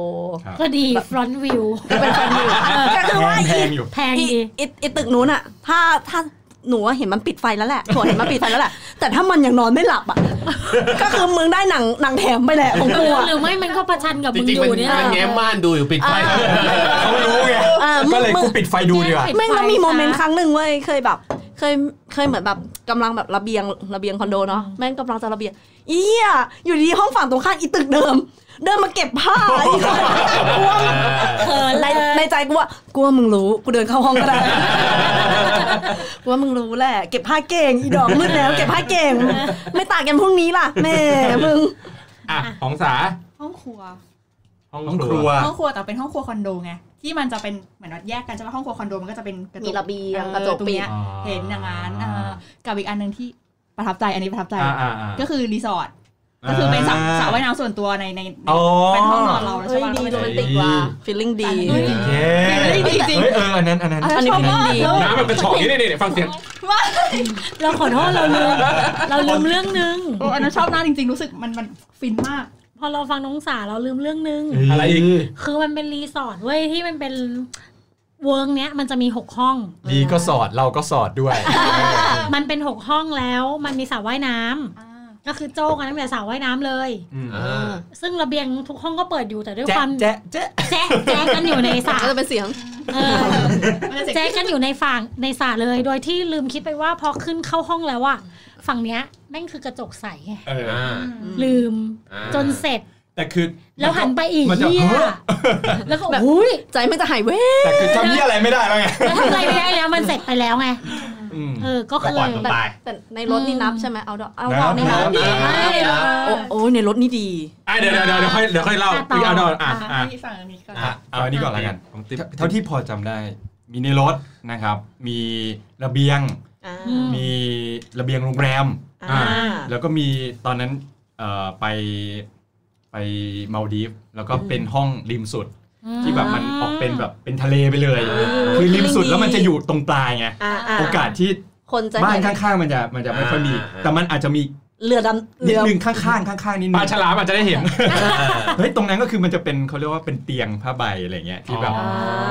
S4: ก็ดี front view
S3: เป็นคอนโด
S8: ก็คือว่า
S6: แพ
S8: อี
S6: งอยู่
S4: แพง
S3: อี
S4: ดี
S3: อีอีตึกนู้นอะถ้าถ้าหนูว่าเห็นมันปิดไฟแล้วแหละถั่วเห็นมันปิดไฟแล้วแหละ แต่ถ้ามันยังนอนไม่หลับอะ ก็คือมึงได้หนังหนังแถมไปแหละของกูอะ
S4: หรือไม่มันก็ประชันกับ
S5: จ
S4: มึง
S5: ริ
S4: อง
S5: ๆมัน
S4: ยู่เนี่ย
S5: มันแง้มม่านดูอยู่ปิดไฟ
S3: อ่า
S6: เขารู้ไง
S3: อ่ามึง
S6: ก็เลย
S3: มึง
S6: กูปิดไฟดูดีกว่า
S3: ไม่แล้ว
S4: ไฟ
S3: มีโมเมนต์
S4: ซะ
S3: ครั้งหนึ่งเว้ยเคยแบบเคยเคยเหมือนแบบกำลังแบบระเบียงระเบียงคอนโดเนาะแม่งกำลังจะระเบียงเอียอยู่ดีๆห้องฝั่งตรงข้ามอีตึกเดิม เดินมาเก็บผ้าอีกคนกลัว
S4: เขิน
S3: ใน
S4: เลย
S3: ในใจกูว่ากลัวมึงรู้กูเดินเข้าห้องก็ได้ กลัวมึงรู้แหละ เก็บผ้าเก่งอีดอกมืดแล้วเก็บผ้าเก่ง ไม่ต่างกันพรุ่งนี้ล่ะแม่มึง
S1: อ่ะของสา
S7: ห้องครัว
S1: ห้อง
S6: ห้อง
S1: ค
S6: ค
S1: รั
S6: รั
S1: ว
S6: ว
S7: ห้องครัวแต่เป็นห้องครัวคอนโดไงที่มันจะเป็นเหมือนว่าแยกกันใช่ไหมห้องครัวคอนโดมันก็จะเป็นกระจ
S3: มี
S7: ก
S3: ระเบียง
S7: เออก
S3: ระจก
S7: ตรง
S3: ปิด
S7: เนี้ยเห็นอย่างนั้นเออกับอีกอันหนึ่งที่ประทับใจอันนี้ประทับใจ
S1: อ่าอ่าอ่า
S7: ก็คือรีสอร์ทก็คือเป็นสระ
S6: อ่า
S7: สระว่ายน้ำส่วนตัวในในใน
S6: อ๋อ
S7: เป็นห้องนอนเราแล้ว
S3: เฮ้ย
S7: ใช่ปะ
S3: ดี
S7: แล้ว
S3: โร
S7: ก็
S3: แมน
S7: เป็น
S3: ติกว่ะฟีลลิ่งดี
S7: เฮ้ย
S6: เย้
S7: จริง
S6: เฮ้ยเอออันนั้นอันนั้น
S7: อันนี้เป็นดี
S1: น้ำมันกระฉอกนี่นี่นี่ฟังเสียง
S4: เราขอโทษเราลืม เราลืมเรื่องนึง
S7: โอ้อันนั้นชอบหน้ากจริงๆรู้สึกมันมันฟินมาก
S4: พอเราฟังน้องสาเราลืมเรื่องนึง
S1: อะไรอีก
S4: คือมันเป็นรีสอร์ทเว้ยที่มันเป็นเวิร์กเนี้ยมันจะมีหกห้อง
S6: ดีก็สอดเราก็สอดด้วย
S4: มันเป็นหกห้องแล้วมันมีสระว่ายน้ำก็คือโจ้กันตั้งแต่สระว่ายน้ำเลย ซึ่งระเบียงทุกห้องก็เปิดอยู่แต่ด้วยความแจ๊ะแจ๊ะแจ๊ะกันอยู่ในสระ
S3: ก็จะเป็นเสียง
S4: เออ แจ๊กกันอยู่ในฝั่งในสระเลย โดยที่ลืมคิดไปว่าพอขึ้นเข้าห้องแล้วอะฝั่งเนี้ยแม่งคือกระจกใสไง
S6: เออ
S4: ลืม
S5: อ่า
S4: จนเสร็จ
S6: แต่คือ
S4: แล้วหันไปอีก
S6: มันจะ
S4: เหี้ย
S6: เฮ้อ
S4: แล้วก็
S3: แบบ
S4: อุ้ย
S3: ใจมันจะหายเว้ย
S6: แต่คือจำเยี่ยอะไรไม่ได้แล้วไง
S4: แล้วทำอะไรไม่ได้แล้วมันเสร็จไปแล้วไง
S6: อืม
S4: เออก็
S6: ก็
S4: คือ
S6: ปล่อยมันไป
S3: แต่ในรถนี่นับใช่ไหมเอาดอกเอาดอกใน
S6: นั
S3: ร
S6: บ
S3: ถนี่
S5: นับ
S3: ไม่หรอกโอ้โอ้ยในรถนี่ดี
S1: อ่ะเดี๋ยวเดี๋ยวเดี๋ยวเดี๋ยวค่อยเดี๋ยวค่อยเล่าอีกอ่ะดอนอ่ะอ่ะ
S7: ที่ฝั่งนี้ก็
S6: อ่ะเอาอันนี้ก่อนละกัน
S1: ของติ๊บ
S6: เท่าที่พอจำได้ มีในรถนะครับ มีระเบียง
S3: อ่า
S4: อืม
S6: มีระเบียงโรงแรม
S1: อ่า
S3: อ่า
S6: แล้วก็มีตอนนั้นเอ่อไปไปมาดีฟส์แล้วก็เป็นห้องริมสุด ที่แบบมันออกเป็นแบบเป็นทะเลไปเลย
S5: อ่า
S6: คือริมสุดแล้วมันจะอยู่ตรงปลายไง
S3: อ่า
S6: โอกาสที่
S3: คนจะ
S6: บ้าน
S3: เห็น
S6: ข้างๆ มันจะมันจะไม่ค่อยมี
S5: อ่า
S6: แต่มันอาจจะมี
S3: เรือดำ
S6: นิ
S3: เรื
S6: ด
S3: อ
S6: นึงข้างๆข้างๆนิดนึ
S1: ปลางฉลามอาจจะได้เห็น
S6: เฮ้ยตรงนั้นก็คือมันจะเป็นเขาเรียกว่าเป็นเตียงผ้าใบอะไรเงี้ยที่แบบ
S1: อ๋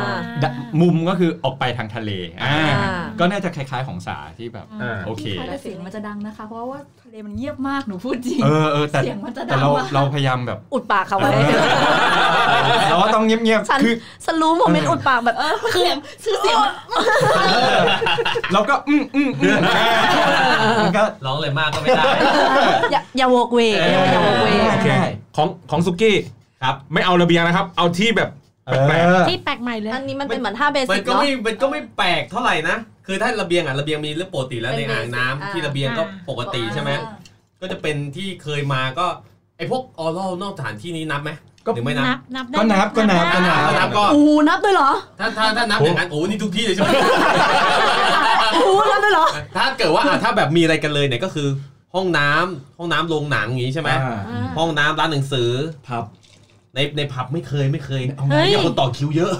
S1: อ
S6: ดะมุมก็คือออกไปทางทะเลอ่า
S3: อ่า
S6: ก็น่าจะคล้ายๆของสาที่แบบ
S1: อ่า
S6: โอเค
S7: ที่เสียงมันจะดังนะคะ เพราะว่าทะเลมันเงียบมาก หนูพูดจริง
S6: เออเออแต่
S7: เสียงมันจะดั
S6: แต่
S7: ง
S6: เรา
S7: มาก
S6: เราพยายามแบบ
S3: อุดปากเขาไว้
S6: เราก็ต้องเงียบ
S3: ฉัน
S6: ๆคือ
S3: ฉันรู้โมเมนต์อุดปากแบบเออ
S7: คือชื่อเสียงมัน
S6: เราก็อืมอืมอืมมันก็
S5: ร้องเลยมากก็ไม่ได้
S3: อย่าอย่าโวกเวกเรียกว่าอย่าโวกเวก
S1: โอเค ของของสุกี้
S6: ครับ
S1: ไม่เอาระเบียงนะครับ เอาที่แบบ
S6: เอ
S1: แปลก
S6: อ
S4: ที่แปลกใหม่เลย
S3: อันนี้มันเป็นเหมือนท่าเบ
S5: มั
S3: สิ
S5: น
S3: ก
S5: ก็
S3: เนาะ
S5: ไม่มันก็ไม่แปลกเท่าไหร่นะ คือถ้าระเบียงอ่ะระเบียงมีเรื่องปกติแล้วใน
S3: เป็น
S5: อ่างน้ำ
S3: เบสิก
S5: ที่ระเบียงก็ปกติใช่ไหมก็จะเป็นที่เคยมาก็ไอพวกออรอลนอกสถานที่นี้นับไหม
S6: ก็
S5: หรือไม่นับ
S4: นับนับได้
S6: ก็นับก็นับก็นับ
S5: ถ้านับก็
S3: โอ้โหนับด้วยเหรอ
S5: ถ้าถ้าถ้านับอย่างนั้นโอ้โหนี่ทุกที่เลยใช่ไหม
S3: โอ้โหนับด้วยเหรอ
S5: ถ้าเกิดว่าอ่ะถ้าแบบมีอะไรกันเลยเนี่ยก็คือ ห้องน้ำห้องน้ำโรงหนังอย่างนี้ใช่ไหม
S6: อ่า
S4: อ่า
S5: ห้องน้ำร้านหนังสือ
S6: พับ
S5: ในในผับไม่เคยไม่เคย
S4: เฮ้ย
S5: มีคนต่อคิวเยอะ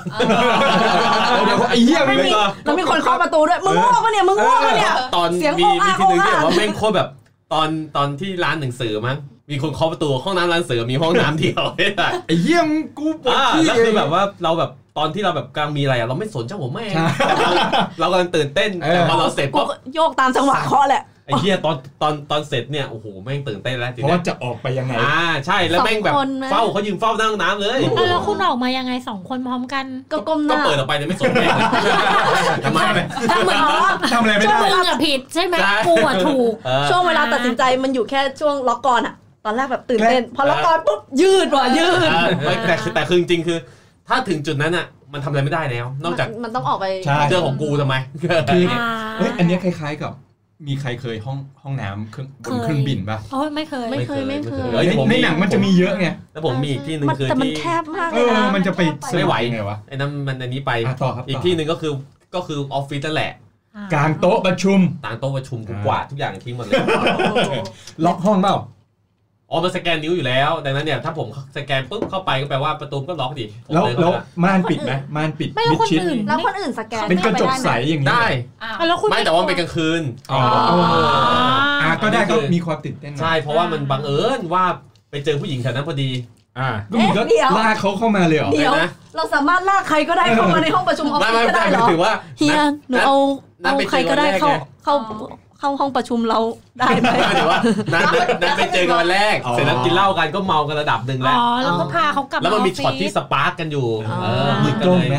S6: เดี๋ยวไอ้เหี้ย
S5: ไม่
S6: มัน
S5: มี
S8: แล้วมีคนเคาะประตูด้วย มึงง่วงปะเนี่ย มึงง่วงปะเนี่ย
S5: ตอน
S8: เสียง
S5: มี
S8: โอ้
S5: มี
S8: อา
S5: ทีหนึงที่
S8: โอ้อา
S5: แบบว่าแม่งโคตรแบบตอนตอนที่ร้านหนังสือมั้งมีคนเคาะประตูห้องน้ำร้านหนังสือมีห้องน้ำเดียวไม่ได้
S6: ไอ้เหี้ยมึงกูปวด
S5: อ่า
S6: ขี้
S5: แล้ว
S6: เล
S5: คื
S6: ย
S5: อแบบว่าเราแบบตอนที่เราแบบกำลังมีอะไรอะเราไม่สนเจ้าหัวแม่งเรากำลังตื่นเต้นแต่พอเราเสร็จ
S8: กู
S5: ปุ๊บ
S8: ก็โยกตามจังหวะเคาะแหละ
S5: ไอ้เหี้ยตอนตอนตอนเสร็จเนี่ยโอ้โหแม่งตื่นเต้นแล้วที
S6: เพราะ
S5: เนี้
S6: ว่าย จะออกไปยังไง
S5: อ่าใช่แล้วแม่งแบบ
S3: สองคนนะ
S5: เฝ้าเขายืนเฝ้าหน้าห้องน้ำเลย
S4: แล้วแล้วคุณออกมายังไงสองคนพร้อมกัน
S3: ก็ก้มห
S5: ก็
S3: น้า
S5: เปิดออกไปเนี่ยไม่สนแม่งทำไม
S3: ถ้าเหมือนกับว่า
S6: ทำอะไรไม่
S4: ช่วง
S6: ได้
S4: มึงอะผิดใช่ไหม
S5: ใช่
S4: กูอะถูก
S5: เออ
S3: ช่วงเวลาตัดสินใจมันอยู่แค่ช่วงล็อกกอนอะตอนแรกแบบตื่นเต้น พอล็อกกอนปุ๊บยืดว่ะยืด
S5: เออไม่แต่คือแต่คือจริงๆคือ ถ้าถึงจุดนั้นอ่ะ มันทำอะไรไม่ได้แล้ว นอกจาก
S3: มันต้องออกไป
S6: ใช่
S5: เรื่องของกูทำไม
S6: คือ
S4: อ่า
S6: เฮ้ยอันเนี้ยคล้ายๆกับ มีใครเคยห้องห้องน้ำเครื่องบนเครื่องบินปะ
S4: โอ้ยไม่เคย
S3: ไม่เคยไม่เคย
S5: เฮ้ย
S6: ใน
S5: ผม
S6: ใน
S5: มี
S6: หนังมันจะมีเยอะไง
S5: แล้วผมมีอีกที่หนึ่ง
S3: มัน
S5: คือ
S3: แต่มัน
S5: ที่
S3: แคบมาก
S6: เอ
S3: เลย
S6: อ
S3: นะ
S6: มันจะไป
S5: ไม่ไหว
S6: ไงวะ
S5: ไอ้นั่นมันอันนี้ไป
S6: อ่ะต่อครับ
S5: อีก
S6: ต่อ
S5: ที่หนึ่งก็คือก็คือออฟฟิศนั่นแหละ
S6: กลางโต๊ะประชุม
S5: ต่างโต๊ะประชุมกู
S6: อ่าก ก
S5: วาดทุกอย่างทิ้งหมดเลย
S6: ล็อกห้องเปล่า
S5: อ๋อมันสแกนนิ้วอยู่แล้ว ดังนั้นเนี่ยถ้าผมสแกนปุ๊บเข้าไปก็แปลว่าประตูก็ล็อกดิผม
S6: แล้ว
S5: เดิน
S6: แล้ว
S5: เข้าไป
S6: ม่านปิดไหมม่านปิด
S4: ไม่แล้ว
S6: มิด
S4: คน
S6: ชิด
S4: อื่น
S3: แล้วคนอื่นสแกน
S6: เป็นกระจก
S3: ม่
S6: ใสอย่างนี้
S5: ได้
S4: อ่ะแล้วคุณ
S5: ไม่แต่ว่ามันเป็นกลางคืน
S6: อ๋อ
S5: อ๋อ
S6: อ่ะก็ได้
S5: อันนี้คื
S6: ก็
S5: อ
S6: มีความตื่นเต้นหน่อย
S5: ใช่เพราะว่ามันบังเอิญว่าไปเจอผู้หญิงแถวนั้นพอดี
S1: อ่า
S6: แล้วมึงก็
S8: เอ๊ะเดี๋ยว
S6: ลากเขาเข้ามาเลยเหรอ
S8: เดี๋ยว
S5: นะ
S8: เราสามารถลากใครก็ได้เข้ามาในห้องประชุมออฟ
S5: ไม่
S8: ฟิศ
S5: ไม่
S8: ก็
S5: ไม่
S8: ได้เหร
S5: หมา
S8: อ
S5: ยถึงว่า
S3: เฮียหนู
S5: ด
S3: เอา
S5: นัด
S3: เอา
S5: ไป
S3: ใครก็ได้
S5: เจอวันแรก
S3: เข้า
S5: ไง
S3: เข้าเข้าห้องประชุมเราได้ไหม
S5: ไม่หมายถึงว่านัดนัดไปเจอกันวันแรก
S6: อ๋อ
S5: เสร็จแล้วกินเหล้ากันก็เมากันระดับหนึ่งแล้
S4: อ๋
S5: ว
S4: อแล้วก็พาเขากลับ
S5: แล้วมันมี
S4: า
S5: ช็อตที่
S4: ฟฟิศ
S5: สปาร์กกันอยู่
S3: อ๋อ
S5: เออ
S6: มีก
S5: น
S6: ล้อง
S5: เลย
S6: ไหม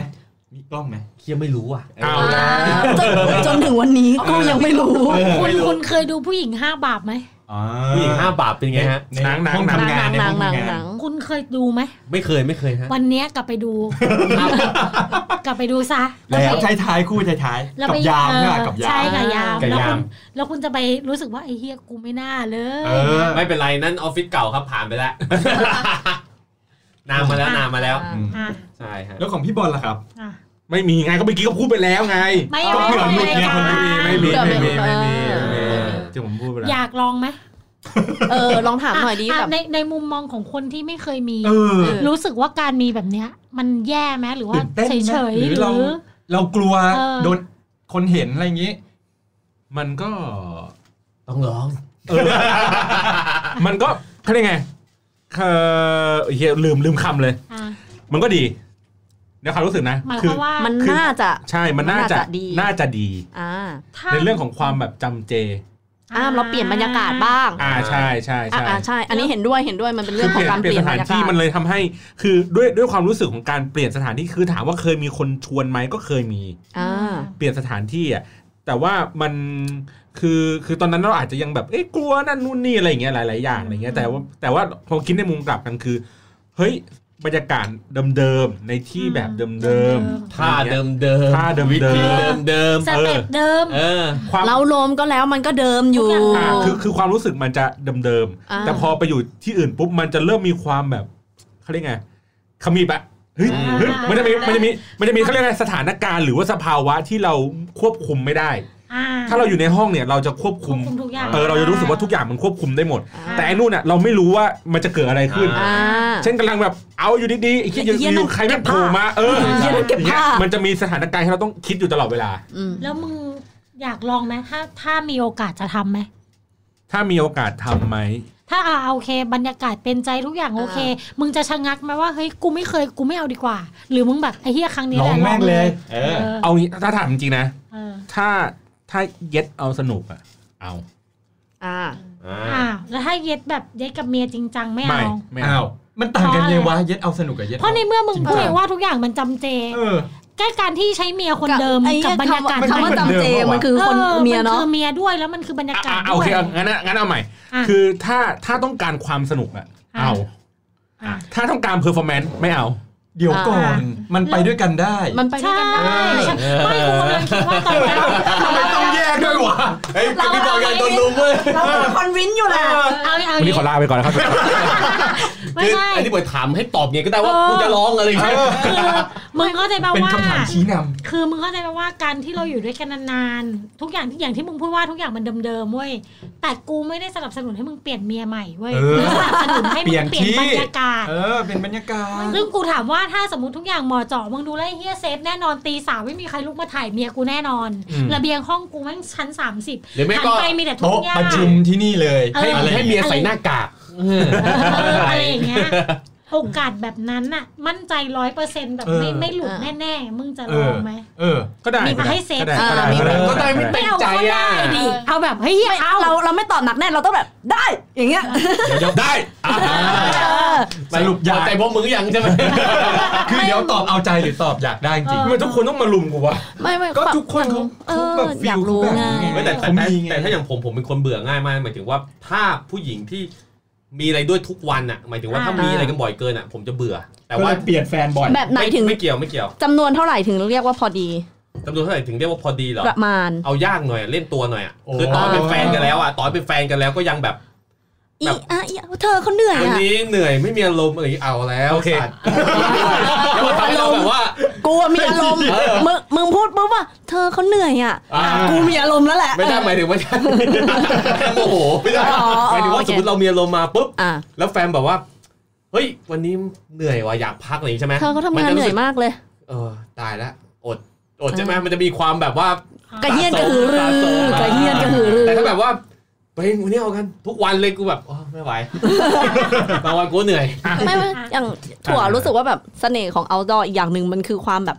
S6: มีกล้องไห
S5: เคียไม่รู้อ่ะ
S1: เอา
S3: อ่า
S1: ละ
S3: จนจนถึงวันนี้กูยังไม่รู้
S6: เออ
S4: คุณ
S5: ไม่รู้
S4: คุณเคยดูผู้หญิงห้าบาปไหม
S6: อ๋อ
S5: ผู้หญิงห้าบาปเป็นไงฮะ
S6: ใน
S1: หนังหนัง
S6: ห้อ
S1: หนัง
S6: ทำงานใน
S3: หนั
S6: ห้
S3: ง
S6: อง
S3: หนัง
S6: ทำงาน
S3: หนัง
S4: คุณเคยดูไหม
S5: ไม่เคยไม่เคยฮะ
S4: วันเนี้ยกลับไปดู กลับไปดูซะ
S6: แล้วใช้ท้ายคู่ใช้ท้าย
S4: แล้ว
S6: กั
S4: ไป
S6: บยาม
S4: เออ
S6: เนี่ยกับยาม
S4: ใช่กับยาม
S5: กับ
S4: แล้ว
S5: ยาม
S4: คุณแล้วคุณจะไปรู้สึกว่าไอ้เฮียกูไม่น่าเลย
S6: เออ
S5: ไม่เป็นไรนั่นออฟฟิศเก่าครับผ่านไปแล้ว นานมาแล้วนานมาแล้ว
S6: อืม
S4: อ่ะ
S5: ใช่ฮะ
S6: แล้วของพี่บอลล่ะครับ
S4: อ่ะ
S1: ไม่มีไงก็เมื่อกี้ก็พูดไปแล้วไง
S4: ไม่
S6: ก็เผื่อหลุดไง
S4: ไม่
S1: ไม่มีไม่มีไม่มี
S3: เออ
S1: ไม่มีที่ผมพูดไปแล้ว
S4: อยากลองไหม
S3: เออลองถามหน่อยดี
S4: ะ
S3: แบบ
S4: ในในมุมมองของคนที่ไม่เคยมี
S6: เออ
S3: เออ
S4: รู้สึกว่าการมีแบบเนี้ย มันแย่ไหมหรือว่า
S6: ตื่นเต้น
S4: เฉ
S6: ไหม
S4: ยเฉยๆ
S6: หรือ
S4: หรื
S6: เรา
S4: อ
S6: เรากลัว
S4: เออ
S6: โดนคนเห็นอะไรอย่างนี้
S1: มันก็
S5: ต้องร้อง
S1: มันก็เขาเรียกไงเออเฮียลืมลืมคำเลย
S4: อ่ะ
S1: มันก็ดีในความรู้สึกนะ
S4: หมายค
S1: คื
S4: วามว่า
S3: มันน่าจะ
S1: ใช่มันน่าจะ
S3: มันน่าจะดี
S1: น่าจะดี
S3: อ่า
S4: ถ้า
S1: ในเรื่องของความแบบจำเจ
S3: อ่าเราเปลี่ยนบรรยากาศบ้าง
S1: อ่าใช่ใช่
S3: อ่า
S1: ใช่
S3: อ่าใช่ อันนี้เห็นด้วยเห็นด้วยมันเป็นเรื่
S1: คืออง เป
S3: ขอ
S1: ลี่ยนเป
S3: งการเป
S1: ลี่ย
S3: ลี่
S1: นส
S3: ยนบร
S1: ถาน
S3: รยากา
S1: ที่
S3: ศ
S1: มันเลยทำให้ คือด้วยด้วยความรู้สึกของการเปลี่ยนสถานที่คือถามว่าเคยมีคนชวนไหมก็เคยมี
S3: อ่า
S1: เปลี่ยนสถานที่อ่ะแต่ว่ามันคือคือตอนนั้นเราอาจจะยังแบบเอ๊ะกลัวนั่นนู่นนี่อะไรอย่างเงี้ยหลาย ๆ อย่างอะไรเงี้ยแต่ว่าแต่ว่าพอคิดในมุมกลับกันคือเฮ้ยบรรยากาศเดิมๆในที่แบบเดิมๆ
S5: ท่าเดิมเดิม
S1: ท่าเดิม
S5: วิ
S1: เดิ
S5: ธี
S1: ม
S5: เดิมเดิม
S4: สเต็ปเดิม
S5: เออ
S1: ความ
S3: เราลมก็แล้วมันก็เดิมอยู่
S4: ทุกย่
S1: อ่าง คือคือความรู้สึกมันจะเดิม
S3: อ่า
S1: ๆแต่พอไปอยู่ที่อื่นปุ๊บมันจะเริ่มมีความแบบเขาเรียกไงขมีปะเฮ้ย
S5: อ่า
S1: เฮ้ยมันจะมีมันจะมีมันจะมีเขาเรียกไงสถานการณ์หรือว่าสภาวะที่เราควบคุมไม่ได้
S4: อ่ะ
S1: ถ้าเราอยู่ในห้องเนี่ยเราจะควบ
S4: คว
S1: คุ
S4: บ
S1: ม
S4: คุมทุกอย่าง
S1: เออเราจะรู้สึกว่าทุกอย่างมันควบคุมได้หมด
S3: อ่า
S1: แต่ไอ้นู่นอ่ะเราไม่รู้ว่ามันจะเกิดอะไรขึ้น
S5: อ่
S3: อ่า
S1: เช่นกำลังแบบเอาอยู่ดีๆไอ้ที่อยู่
S3: ไอ้เหี้ย
S1: อยู่ใคร
S3: นั่
S1: แม่ง
S3: น
S1: โผล่มาเออ
S3: ไอ้เหี้ยนั่นเก็บผ้ามั
S1: มันจะมีสถานการณ์ที่เราต้องคิดอยู่ตลอดเวลา
S3: อืม
S4: แล้วมึงอยากลองไหมถ้าถ้ามีโอกาสจะทำไหม
S1: ถ้ามีโอกาสทำไหม
S4: ถ้าอ่าโอเค บรรยากาศเป็นใจทุกอย่างโอเค มึงจะชะงักไหมว่าเฮ้ยกูไม่เคยกูไม่เอาดีกว่า หรือมึงแบบไอ้เหี้ยครั้งนี้
S6: ล
S4: แห
S6: อง
S4: ละ
S6: แม่งเลย เอ
S4: เอ
S6: อ
S4: อ
S1: เอางี้ถ้าถามจริงๆนะ
S4: เออ
S1: ถ้าถ้าเย็ดเอาสนุกอ่ะเอา
S3: อ่า
S5: อ่า
S4: อ่าแล้วถ้าเย็ดแบบเย็ดกับเมียจริงจังไม่
S1: ไม่
S4: เอา
S1: ไม่
S6: อ้า
S1: เอา
S6: ว มันต่างกัน
S4: เพราะ
S6: ไง
S4: อะไร
S6: วะ เย็ดเอาสนุกกับเย็ด
S4: เพราะใน
S6: อ
S4: เมื่อมึง
S6: จริงจัง
S4: พูดเองว่าทุกอย่างมันจำเจ
S6: าเออ
S4: แค่การที่ใช้เมียคนเดิม
S3: ไอ้
S4: กับบรรยากาศ
S3: คำว่า
S6: ใหม่
S3: จำเจมันคือคน
S4: ออ
S3: เมียเนาะ
S4: คือเมียด้วยแล้วมันคือบรรยากาศ
S1: อ่ะอ่ะ
S4: ด้
S1: โอ
S4: วย
S1: เคเอางั้นอ่ะงั้นเอาใหม่
S4: อ่ะ
S1: คือถ้าถ้าต้องการความสนุกอ่ะ
S4: อ่ะ
S1: เอา
S4: อ่ะ
S1: ถ้าต้องการเพอร์ฟอร์แมนซ์ไม่เอา
S6: เดี๋ยวก่อน
S4: อ่า
S6: มันไปด้วยกันได้
S3: มันไปด้วย
S4: ใช่
S3: กันได้
S4: ไม่กูกำลังคิดว่าตอนแรก
S6: ต้องแยกด้วยวะ
S5: เฮ้ยพี่บอลใหญ่โดนลุมเว้ย
S8: เราเป็นคอนวินอยู่แหละ
S4: เอาเอา
S1: วันนี้ขอลาไปก่อนนะครับ
S4: ไม่
S5: คือ
S4: ใช่
S5: ไอ้ที่บอยถามให้ตอบไงก็ได้ว่า
S4: เออ
S5: กูจะร้องอะไรอย่างเงี้ย
S4: คือมึงเข้าใจป่า
S2: เป็น
S4: ว่า
S2: คำถามชี้น
S4: คือมึงเข้าใจไหมว่าการที่เราอยู่ด้วยกันนานๆทุกอย่างที่อย่างที่มึงพูดว่าทุกอย่างมันเดิมๆเว้ยแต่กูไม่ได้สนับสนุนให้มึงเปลี่ยนเมียใหม่เว้ยกูสนับสนุนให้มึงเปลี่ยนบรรยากาศ
S6: เออ เป็นบรรยากาศ
S4: ซึ่งกูถามว่าถ้าสมมติทุกอย่างหมอเจาะมึงดูแลวไอ้เฮียเซฟแน่นอนตีสามไม่มีใครลุกมาถ่ายเมียกูแน่นอน ระเบียงห้องกูแม่งชั้นสามสิบ
S5: หรือไม่
S4: หัน
S5: ก็
S4: ไปมีแต่ทุ่ง
S6: โต๊ะ
S4: หญ้า
S6: ประชุมที่นี่เลย
S4: เออ
S5: ให้
S6: อะไร
S5: ให้เมียใส่หน้ากาก
S4: เอออะไรอย่างเงี้ยโอกาสแบบนั้นน่ะ มั่นใจร้อยเปอร์เซ็นต์แบบไม่ไม่หลุดแน่ๆมึงจะลองไหม
S6: เออ
S1: ก็ได้
S4: มีมาให้เซ็ต
S1: ก็ได้ก็ได้
S2: ำ
S1: ก็ได้
S5: ก็ได้ไม่
S4: ไม่
S5: เต็ม
S4: เอา
S5: ใจ
S4: ก็
S5: อ่ะ
S4: ได้ดิเอาแบบเฮ้ย
S8: ไม่
S4: เอา
S8: เราเราไม่ตอบหนักแน่นเราต้องแบบได้อย่างเงี้ย
S5: ได้อ่ะ
S8: เออ
S6: สรุปอยาก
S5: พอใจพวกมึงหรือยังใช่ไหม
S6: คือเดี๋ยวตอบเอาใจหรือตอบอยากได้จริง
S1: ทำไมทุกคนต้องมาลุมกูวะ
S3: ไม่ไม่
S6: ก็ทุกคนเขา
S3: เออ
S6: เขาแบบฟิล
S3: อยากรู้
S6: แบบ
S3: ไง
S6: นี้ไง
S5: ไม่แต่แต่
S6: เขา
S5: แต่
S6: มีไง
S5: แต่ถ้าอย่างผมผมเป็นคนเบื่อง่ายมากหมายถึงว่าถ้าผู้หญิงที่มีอะไรด้วยทุกวันอ่ะ หมายถึงว่า
S4: อ่า
S5: ถ้ามีอะไรกันบ่อยเกินอ่ะ ผมจะเบื่อ แต่
S6: ก็
S5: ว่า
S6: เลยเปลี่ยนแฟนบ่อย
S3: แบบไหน
S5: ไม่
S3: ถึง
S5: ไม่เกี่ยวไม่เกี่ยว
S3: จำนวนเท่าไหร่ถึงเรียกว่าพอดี
S5: จำนวนเท่าไหร่ถึงเรียกว่าพอดีเหรอ
S3: ประมาณ
S5: เอายากหน่อยอะเล่นตัวหน่อยอ่ะ
S6: โอ้
S5: คือตอนเป็นแฟนกันแล้วอ่ะตอนเป็นแฟนกันแล้วก็ยังแบบ
S3: อี
S5: แบบ
S3: อ่ะอีอ่ะเธอเขาเหนื่อย
S5: วัน
S3: อ่ะ
S5: นี้เหนื่อยไม่มีอารมณ์อะไรอย่างงี้เอาแล้ว
S6: โอเค
S5: สัตว์แล้วมันทำให้เราแบบว่า
S3: กูอะมีอารมณ์
S5: เออ
S3: มึงมึงพูดปุ๊บว่าเธอเขาเหนื่อยอ่ะ
S5: อ่า
S8: กูมีอารมณ์แล้วแหละ
S5: ไม่ได้หมายถึงว่า แค่โมโหไม่ได้
S3: อ๋อ
S5: หมายถึงว่า
S3: โอ
S5: ส
S3: เค
S5: มมติเรามีอารมณ์มาปุ๊บ
S3: อ่ะ
S5: แล้วแฟนแบบว่า เฮ้ย วันนี้เหนื่อยว่ะอยากพักอะไรอย่างงี้ใช่ไหม
S3: เธอเขาทำงาน
S5: จะ
S3: เหนื่
S5: รู้
S3: อ
S5: สึ
S3: ย
S5: ก
S3: มากเลย
S5: เออตายละอดอดใช่ไหมมันจะมีความแบบว่าก
S3: ระเฮียนกระหือรือ
S5: สะสม
S3: กระเฮียนกระหือรือ
S5: แต่ถ้าแบบว่าไปวันนี้เอากันทุกวันเลยกูแบบอ๋อไม่ ไหว บางวันกูเหนื่อย
S3: ไม่ไม่อย่างถั่วรู้สึกว่าแบบเสน่ห์ของ outdoor อีกอย่างหนึ่งมันคือความแบบ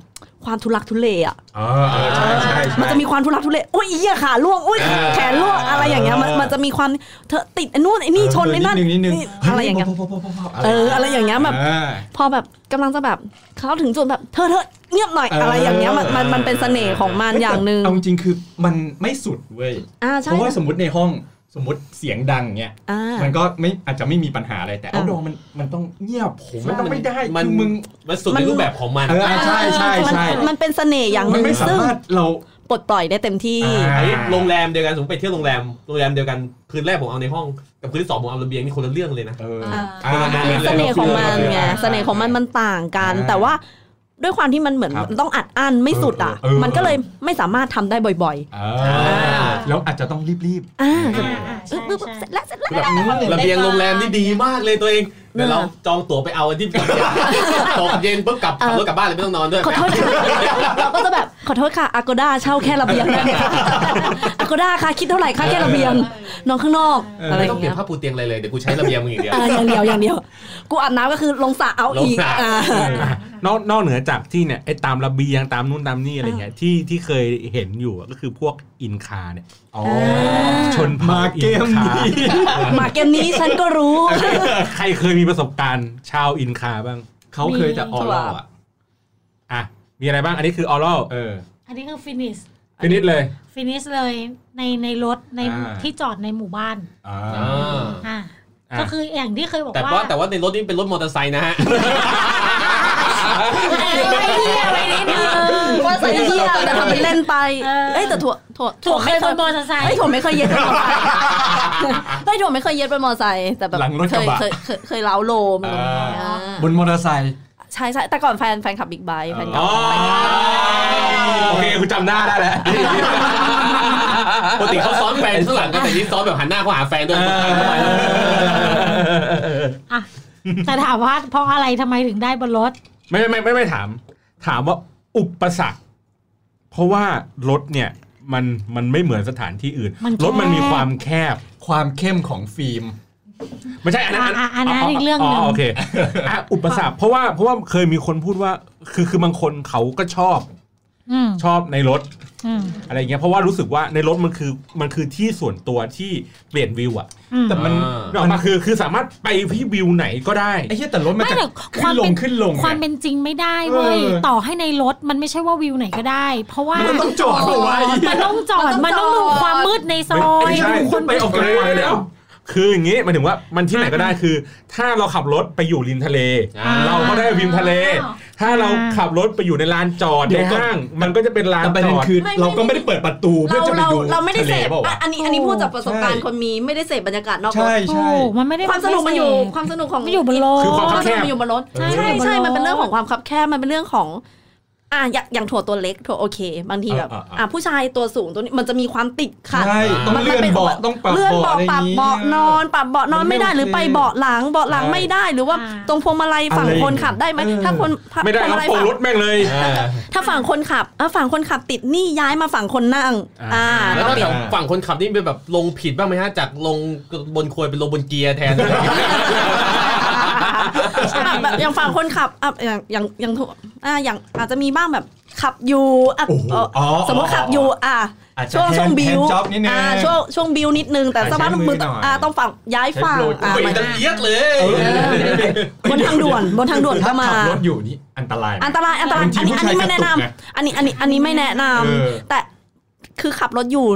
S3: ความทุลักทุเลอ่ะ
S6: เออเออใช่ใช่
S3: มัน
S6: ใช่
S3: จะมีความทุลักทุเลโอ้ยอีอะขาล่วงโอ้ย
S5: เออ
S3: แขนล่วงอะไรอย่างเงี้ยมันมันจะมีความเธอติดไอ้นู่นไอ้นี่ชนไอ้นั่น
S6: ดงนิดนึง
S3: นี่อะไรอย่างเงี้ย
S6: พพพพพ
S3: เอออะไรอย่างเงี้ยแบบ
S6: อ่า
S3: พอแบบกำลังจะแบบเขาถึงจุดแบบเธอเธอเงียบหน่อย
S6: เอออ
S3: อะไรอย่างเงี้ยมันมันมันเป็นเสน่ห์ของมันอย่างหนึ่ง
S6: เอาจริงๆคือมันไม่สุดเว้ย
S3: อ่าใช่
S6: เพราะว่าสมมติในห้องสมมติเสียงดังเงี้ย
S3: อ่า
S6: มันก็ไม่อาจจะไม่มีปัญหาอะไรแต่
S3: อ่ะ
S6: เอาดองมันมันต้องเงียบผมมันต้องไม่ได้
S5: มั
S6: คื
S5: น
S6: อมึง
S5: มันสุดในรูปแบบของมัน
S6: เออใช่ใช่ใช่
S3: มันมันเป็นเสน่ห์อย่างห
S6: มัน
S3: นึ่ง
S6: ไม่สา
S3: ซึ่ง
S6: มารถเรา
S3: ปลดปล่อยได้เต็มที่
S6: อ่า
S5: ไอ้โรงแรมเดียวกันสมมติไปเที่ยวโรงแรมโรงแรมเดียวกันคืนแรกผมเอาในห้องกับคืนที่สองผมเอาระเบียงนี่คนละเรื่องเลยนะ
S6: เออ
S5: อ่า
S6: อ่า
S3: เสน่ห์ของมันไง
S6: อ่า
S3: เสน่ห์ของมันมันต่างกัน
S6: อ่า
S3: แต่ว่าด้วยความที่มันเหมือน
S6: ครับ
S3: มันต้องอัดอั้นไม่สุดอ่ะ
S6: เออเออเออ
S3: มันก็เลยไม่สามารถทำได้บ่อย
S6: อ่าแล้วอาจจะต้องรีบ
S3: ๆ อ่า
S6: อ่า
S3: เออปึ๊บปึ๊บเสร็จแล้วเสร็จแล้ว
S5: แบบระเบียงโรงแรมนี่ดีมากเลยตัวเองเดี๋ยวเราจองตั๋วไปเอาวันที่ ตกเย็นปุ๊บกลับขับรถกลับบ้านเลยไม่ต้องนอนด้วย
S3: ขอโทษค่ะเราก็จะแบบขอโทษค่ะอากูด้าเช่าแค่ระเบียงได้ไหมคะอากูด้าค่ะคิดเท่าไหร่คะแค่ระเบียงนอนข้างนอก
S6: เอออ
S3: อะไรอ
S5: ไม่ต้อ
S3: ง
S5: ย่างเปลี่
S3: เงี้
S5: ย
S3: ย
S5: นผ้าปูเตียงอะไรเลยเดี๋ยวกูใช้ระเบียงมึงอย่างเดียว
S3: เอออย่างเดียวอย่างเดียว กูอาบน้ำก็คือลงสระเอาอีก
S5: ลงสระ
S3: อ่าน
S1: อกนอกเหนือจากที่เนี่ยไอ้ตามระเบียงตามนู่นตามนี่อะไรเงี้ยที่ที่เคยเห็นอยู่อะก็คือพวกอินคาเนี่ย
S6: ๆอ๋อ
S1: ชนเผ่า
S6: มาเกม
S1: อินคา
S6: นี้
S3: มาเกมนี้ฉันก็รู้
S1: ใครเคยมีประสบการณ์ชาวอินคาบ้าง
S6: เขาเคยจะออเราอ่ะ
S1: อ่ะ มีอะไรบ้างอันนี้คือออรัล
S6: เออ
S4: อันนี้คือฟินิส
S1: ฟินิชเลย
S4: ฟินิสเลยในในรถใน
S6: อ่า
S4: ที่จอดในหมู่บ้าน
S6: อ่า
S5: อ่า
S4: อ่า
S1: อ่า
S4: ก็คืออย่างที่เคยบอก
S5: แต่
S4: ว่า
S5: ว่าแต่ว่าในรถนี่เป็นรถมอเตอร์ไซค์นะฮะ
S4: ไม่เที่ยวไปนิดนึง
S3: ว่าใส่เที่ยวแต่ทำเป็นเล่นไป
S4: เออ
S3: เอ้ยแต่ถั่วถั่ว
S4: ถั่วไม่
S3: เค
S4: เคย
S3: ย
S4: มอเตอร์ไซค์
S3: เฮ้ยถั่วไม่เคยเย็ดเป็นมอเตอร์ไซค์เฮ้ยถั่วไม่เคยเย็ดเป็นมอเตอร์ไซค์แต่แบบ
S6: หลังรถก
S3: เค
S6: ระ
S3: ย
S6: บะ
S3: เคยเคยเคยเล้าโลม
S6: อ่า
S3: อ่า
S6: บนมอเตอร์ไซค์
S3: ใช่ใช่แต่ก่อนแฟนแฟนขับบิ๊กไบค์แฟนขับ
S5: อ๋อ
S1: โอเคกูจำหน้าได้แล้ว
S5: ปกติเขาซ้อนแฟนข้างหลังกันแต่นี่ซ้อนแบบหันหน้าเข้าหาแฟนด้วย
S4: อ่ะแต่ถามว่าเพราะอะไรทำไมถึงได้บนรถ
S1: ไม่ไม่ไม่ไม่ถาม ถามว่าอุปสรรค เพราะว่ารถเนี่ยมันมันไม่เหมือนสถานที่อื่น
S4: มันแคบ
S1: รถมันมีความแคบ
S6: ความเข้มของฟิล์ม
S1: ไม่ใช่อันนั้น
S4: อ่ะอ่ะอันนั้นอีกเรื่องหนึ่ง
S1: โอเคอ่ะอุปสรรคเพราะว่าเพราะว่าเคยมีคนพูดว่า คือคือบางคนเขาก็ชอบ
S4: อืม
S1: ชอบในรถ
S4: อืม
S1: อะไรอย่างเงี้ยเพราะว่ารู้สึกว่าในรถมันคือมันคือที่ส่วนตัวที่เปลี่ยนวิวอะ
S4: อืม
S6: แต่มัน
S1: นกออกมาคือคือสามารถไปที่วิวไหนก็ได้
S6: ไอ้เหี้ยแต่รถมัน
S4: ไม่
S6: จะ
S4: แต่ค
S6: ขึ้
S4: วาน ม
S6: ล
S4: เป็
S6: ง
S4: น
S6: ขึ้นลง
S4: ควา
S6: เนี่
S4: ม
S6: ย
S4: เป็นจริงไม่ได้เว้ย
S6: เออ
S4: ต่อให้ในรถมันไม่ใช่ว่าวิวไหนก็ได้ เพราะว่า
S6: มันต้องจอดเอาไว้
S4: มันต้องจอด
S3: มั
S4: มันนต้
S3: ต้อ
S4: อง ง
S3: จอด
S4: ดูความมืดในซอย
S1: ไม่ใช่คนไปออกกำลังกายแล้ว คืออย่างงี้หมายถึงว่ามันที่ไหนก็ได้คือ ถ้าเราขับรถไปอยู่ริมทะเล
S4: อ่า
S1: เราก็ได้วิวทะเล ถ้าเราขับรถไปอยู่ในลานจอดในห้าง มันก็จะเป็นลาน
S6: แต่ประ
S1: จ
S6: เด็น
S1: อด
S6: คือ
S3: ไม่ไม่
S6: เราก็ไม่ได้เปิดประตูเพื่อ
S3: เรา
S6: จะไป
S3: เรา
S6: ดู
S3: เราไม่ได้
S6: ทะ
S3: เส
S6: เล
S3: พ
S6: เปล่าวะ
S3: อ่ะอันนี้อันนี้พูดจากประสบการ
S6: ใช่
S3: ณ์คนมีไม่ได้เสพบรรยากาศนอกรถ
S6: ใช่ใช่
S4: ถูกมันไม่ได้
S3: ความสนุกมันอยู่ความสนุกของ
S4: มันอยู่บนโลก
S1: คือความคับแคบ
S3: มันอยู่บนรถ
S4: ใช่
S3: ใช่ใช่
S4: มันอยู่บนรถ
S3: ใช่มันเป็นเรื่องของความคับแคบมันเป็นเรื่องของ อ่าอย่างอย่างถั่วตัวเล็กถั่วโอเค บางทีแบบ
S6: อ่าอ่า
S3: อ่าผู้ชายตัวสูงตัวนี้มันจะมีความติดขัด
S6: ใช่ต้อง
S3: มัน
S6: เลื่อน
S3: เป็น
S6: เบาะต้องปรับ
S3: เลื่อน
S6: เบาะ
S3: เบาะ
S6: อะไรอ
S3: ปรั
S6: ย่า
S3: บ
S6: งนี้
S3: เบาะนอน ปรับเบาะนอน
S6: มันไม่
S3: ไม่ได้
S6: โอเค
S3: หรือไปเบาะหลังเบาะหลัง
S6: ใช่
S3: ไม่ได้หรือว่า
S4: อ่า
S3: ตรงพวงมาลัยฝั่ง
S6: อะไร
S3: คนขับได้ไหม
S6: เออ
S3: ถ้าคนถ้า
S1: ไม่ได้
S3: พวง
S1: เรา
S3: มาลัย
S1: โปร
S3: ฝั่ง
S1: รถแม่งเลย
S5: อ่า
S3: ถ้าฝั่งคนขับอ่ะฝั่งคนขับติดนี่ย้ายมาฝั่งคนนั่ง
S1: อ่า
S3: อ่า
S5: แล้ว
S3: ก็
S5: ถ้า
S3: เปลี่ยน
S5: จากฝั่งคนขับนี่เป็นแบบลงผิดบ้างไหมฮะจากลงบนควยเป็นลงบนเกียร์แทน
S3: แบบแบบอย่างฝั่งคนขับอ่ะอย่างอย่างอย่างถูกอ่ะอย่างอาจจะมีบ้างแบบขับอยู่อ่ะ
S6: โอ้โห
S3: เอ่ออ
S6: อ
S3: สมมติขับอยู่อ่ะ
S6: อาจจะ
S3: ช่วงช่วง
S6: hand-
S3: บิว
S6: hand job นิดนึง
S3: อ่ะช่วงช่วงบิวนิดนึง แต่
S6: ใช้
S3: สภาพ
S6: มือ
S3: มือ
S6: หน่อย
S3: อ่ะต้องฝั่งย้ายฝั่ง
S6: ใช้โปรย
S3: อ่ะ
S5: เฮ้ย
S3: มัน
S5: ดังเอียดเลย
S3: บนทางด่วนบนทางด่วนก็มา
S6: ถ้ขับรถอยู่นี่อันตรายไหม
S3: อันตรายอันตราย
S6: บางที
S3: อันนี้
S6: ผู้ชาย
S3: อันนี้ไม่
S6: ก
S3: แนะ
S6: ระตุก
S3: นำ
S6: ไง
S3: อันนี้อันนี้อันนี้ไม่แนะนำ
S6: เออ
S3: แต่คือขับรถอยู่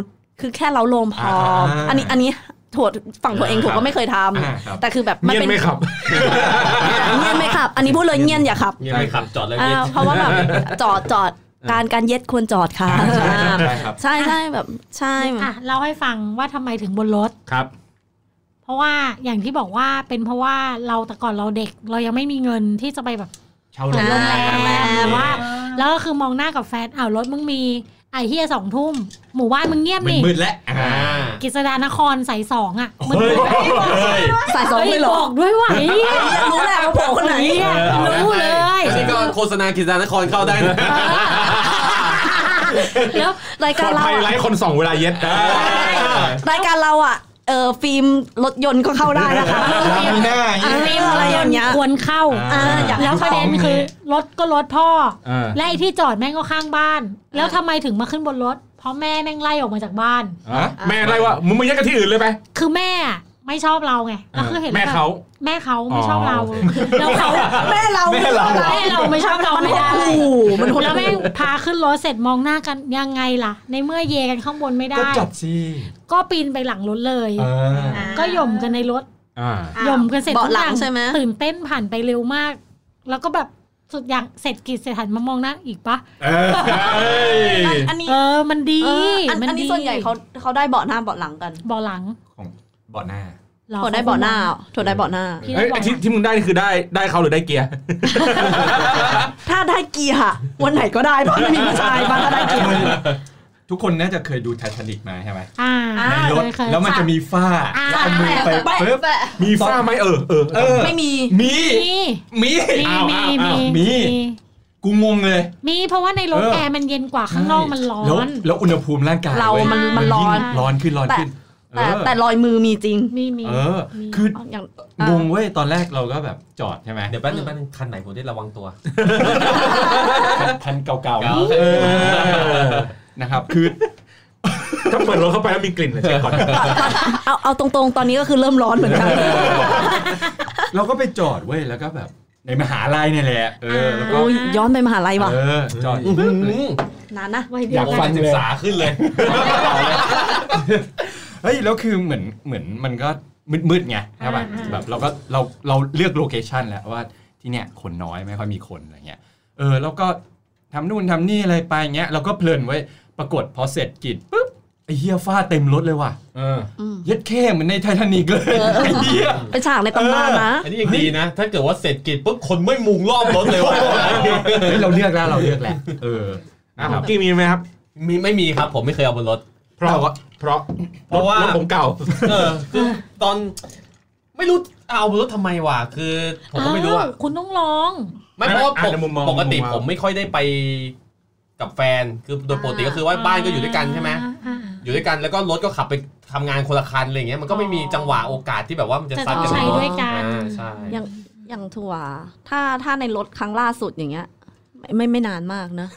S3: คือแค่เราลมพออาอันนี้อันนี้ถั่วฝั่งตัวเองถั่ว
S6: ครับ
S3: ก็ไม่เคยทำ
S6: อ่าครับ
S3: แต่คือแบบมัน
S1: เงียบ
S3: เป็น
S1: ไหมครับ
S3: เงียนไหมครับ อันนี้พูดเลยเงียนอย่าขับ
S5: เงียบไปขับจอดแล้ว
S3: อ่า
S5: เงียบ
S3: เพราะว่าแบบจอดจอดการการเย็ดควรจอดค่ะ
S6: ใช่ครับ
S3: อ่า
S6: ใช่ครับ
S3: ใช่ใช่แบบใช่
S4: อ่ะเล่าให้ฟังว่าทำไมถึงบนรถ
S1: ครับ
S4: เพราะว่าอย่างที่บอกว่าเป็นเพราะว่าเราแต่ก่อนเราเด็ก เรายังไม่มีเงินที่จะไปแบบ
S6: เช่าโรง
S3: อ่า
S6: แรม
S4: แต่ว่า แล้วก็คือมองหน้ากับแฟนอ้าวรถมึงมีไอ้เฮียสองทุ่มหมู่บ้านมึงเงียบ
S6: มัน
S4: นี่
S6: มืดแล้วอ่า
S4: กฤษดานครสายสองอ่ะมึง
S6: เฮ้ย
S3: สายสองเลยเหร
S4: บ
S3: อ
S4: อกด้วยว่าไอ้เหี้ย
S3: รู้แหละว่าบอกคนไหน
S4: เหี้ย
S5: เออเอานะ
S4: รู้เลย
S5: นี่ก็โฆษณากิจการนครเข้าได้นะ
S4: แล้ว
S3: ราย
S1: ป
S3: กา
S1: ลอด
S3: รเรา
S1: ภัย
S3: อะ
S1: ไร้คนส่องเวลาเย็ดนะ
S3: รายการเราอ่ะเออฟิล์มรถยนต์ก็เข้าได้นะคะ
S6: มีหน้าอย่างนี้
S3: อ่า
S4: ฟิล์มอะไรอย่างเงี้ยควรเข้า
S3: อ่าอยาก
S4: แล้วประเด็น
S6: ของ
S4: คือรถก็รถพ่อ
S1: อ่า
S4: และไอ้ที่จอดแม่งก็ข้างบ้าน แล้วทำไมถึงมาขึ้นบนรถ เพราะแม่แม่งไล่ออกมาจากบ้าน
S1: อ่ะแม่อะไรวะมึงมาเย็ดกันที่อื่นเลยไป
S4: คือแม่อะไม่ชอบเราไงแล้วคือเห็น
S1: แม่
S4: ล้วบบ
S1: เขา
S4: แม่เขาไม่ชอบเรา
S1: อ๋อโอเค
S4: แล้วเขา
S3: แม่เรา
S6: แม่เรา
S4: แม่เราไม่ชอบเรา
S3: มัน
S4: ไม่
S3: หด
S4: ได้
S3: หู่มันหด
S4: แล้วแม่
S3: หู่
S4: งพาขึ้นรถเสร็จมองหน้ากันยังไงล่ะ ในเมื่อเยกันข้างบนไม่ได้
S6: ก็จัดสิ
S4: ก็ปีนไปหลังรถเลย
S6: เออ
S4: ก็หย่มกันในรถ
S1: อ่า
S3: อ้าว
S4: หย่มกันเสร็จ
S3: เบาะ
S4: ทุกอ
S3: หลัง
S4: ย่าง
S3: ใช่ไหม
S4: ตื่นเต้นผ่านไปเร็วมาก แล้วก็แบบสุดอย่างเสร็จกิจเสร็จหันมามองหน้าอีกปะ
S6: เออ
S1: เอ้ย
S3: อันนี้
S4: เออมันดี
S3: เอออัน
S4: มั
S3: อันนี้
S4: ดี
S3: ส่วนใหญ่เขาเขาได้เบาะหน้าเบาะหลังกัน
S4: เบาะหลัง
S6: ของเบาะหน้า
S4: หร
S3: ถั่วได้เบาะหน้าถั่วได้เบาะหน้า
S4: พี่
S1: เอ้
S4: ได้
S1: ย
S4: เบาะห
S1: ที่
S4: ลัง
S1: ที่มึงได้นี่คือได้ได้เขาหรือได้เกียร์
S3: ถ้าได้เกียร์อะวันไหนก็ได้เพราะมันมีผู้ชายบ้างก็ได้เกียร์
S6: ทุกคนน่าจะเคยดูไททานิกมาใช่ไหม
S4: อ่า
S3: อ่า
S6: ในรถ
S4: เคยๆ
S6: แล้วมันจะมีฝ้า
S4: อ่า
S6: แล้วเอามือไปปึ๊บ
S1: มีฝ้าไหมเออเออ
S6: เออ
S3: ไม่มี
S6: มี
S4: มี
S6: มี
S4: มี
S1: อ้าว
S4: มี
S1: อ้าว
S4: มี
S1: อ้าว
S6: มี กูงงเลย
S4: มีเพราะว่าในรถ
S6: เออ
S4: แอร์มันเย็นกว่าข้างนอกมันร้อ
S6: แล้ว
S4: น
S6: แล้วอุณหภูมิร่างกาย
S3: เรา
S6: ว้ย
S3: มันมันร้อน
S6: ยิ่งร้อนขึ้นร้อน
S3: แต่
S6: ขึ้น
S3: แต่
S6: เออ
S3: แต่รอยมือมีจริง
S4: มีมี
S6: เออ
S4: มี
S6: คือ
S3: อย่าง
S6: งงเว้ยตอนแรกเราก็แบบจอดใช่ไหม
S5: เดี๋ยวแป๊บนึงแป๊บนึงคันไหนผมได้ระวังตัว
S6: คันเก่า
S5: เก่า
S6: ๆเออนะครับ คือ
S1: ถ้าเปิดรถเข้าไปแล้วมีกลิ่นเลยเช็คก่อน
S3: เอาเอาตรงๆ ตอนนี้ก็คือเริ่มร้อนเหมือนกัน
S6: เราก็ไปจอดเว้ยแล้วก็แบบ ในมหาลัยเนี่ยแหละเออแล้วก็
S3: โอ้ยย้อนไปมหาลัยว่ะ
S6: เออจอด
S3: นานนะ
S1: อยากฟัง
S5: ศึ
S1: เล
S5: ก
S1: ย
S5: ษาขึ้นเลย
S6: เฮ้ยแล้วคือเหมือนเหมือนมันก็มืดๆไงใช่ป่ะ
S4: อ่า
S6: แบบเราก็เราเราเลือกโลเคชันแล้วว่าที่เนี่ยคนน้อยไม่ค่อยมีคนอะไรเงี้ยเออแล้วก็ทำนู่นทำนี่อะไรไปเงี้ยเราก็เพลินเว้ยปรากฏพอเสร็จกิจปุ๊บไอ้เฮียฟ้าเต็มรถเลยว่ะ
S1: เออ
S6: เย็ดเข้เหมือนในไททานิกเลยไอ้เฮีย
S3: เป็นฉากในตำนานนะ
S5: อันนี้ยังดีนะ ถ้าเกิดว่าเสร็จกิจปุ๊บคนไม่มุงรอบรถเลยว่ะ
S6: เฮ้ยเราเลือกแล้วเราเลือกแหละเออนะครับ
S1: กี่มีไหมครับ
S5: มีไม่มีครับผมไม่เคยเอาบนรถ
S1: เพราะเพราะ
S5: เพราะว่า
S1: ถผมเก่า
S5: เออคือตอนไม่รู้เอาบนรถทำไมวะคือผมก็ไม่รู้อ่ะ
S4: อ้าวคุณต้องร้อง
S5: ไม่เพราะว่า
S1: อ่ะในมุมมอง
S5: ปกติ
S1: มุมมอง
S5: ผมไม่ค่อยได้ไปกับแฟนคือโดยปกติก็คือว่าบ้านก็อยู่ด้วยกันใช่ไหม
S4: อ่า
S5: อยู่ด้วยกันแล้วก็รถก็ขับไปทำงานคนละคันอะไรอย่างเงี้ยมันก็ไม่มีจังหวะโอกาสที่แบบว่ามันจะ
S4: จะ
S5: ซัดกัน
S4: ใช้
S5: เนอะ
S4: ด้วยกัน
S5: อ่าใช่
S3: อย่างอย่างถั่ว ถ้าถ้าในรถครั้งล่าสุดอย่างเงี้ย ไม่ไม่ไม่นานมากนะ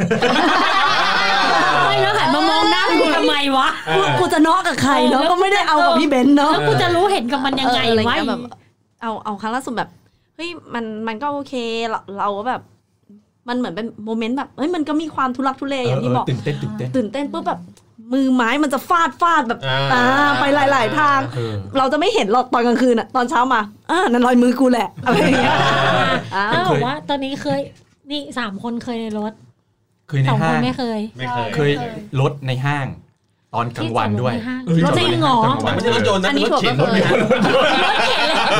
S4: ไม่แล้วหันมามองหน้ากูทำไมวะ
S1: เออ
S3: กูจะนอกกับใครเนาะ
S4: เออ
S3: ก็ไม่ได้เอากับพี่เบนซ์เนาะ
S4: แล้วกูจะรู้เห็นกับมันยังไง
S3: เอออะไร
S4: วะ
S3: เงี้ยแบบเอาเอาครั้งล่าสุดแบบเฮ้ยมันมันก็โอเคเราเราก็แบบ มันเหมือนเป็นโมเมนต์แบบเฮ้ยมันก็มีความทุลักทุเลอย่างที่บอก
S6: ตื่นเต้นตื่นเต้น
S3: ตื่นเต้นปุ๊บแบบมือไม้มันจะฟาดฟาดแบบ
S5: อ่า
S3: อ่าไปหลาย ๆ ทาง
S6: เออ
S3: เราจะไม่เห็นหรอกตอนกลางคืนอะตอนเช้ามาอ่านั่นรอยมือกูแหละอะไรอย่างเงี้ย
S4: อ่า
S3: อ่า
S4: แล้วบอกว่าตอนนี้เคย นี่สามคนเคยในรถ
S6: เคยใน
S4: สองค
S6: ห้าน ง
S4: ไม่เคย
S5: ไม่เคย
S6: เคยรถในห้าง ตอนกลางวันด้วย
S4: ที่จอดรถในห้างรถจริงเหรอ
S6: ตนกลาวัน
S5: แต่ไม่ใช่รถยนต์นะ
S3: อันนี้
S5: รถเข็น
S3: ถั่
S5: ร
S3: วก็เคย
S5: ถยนต์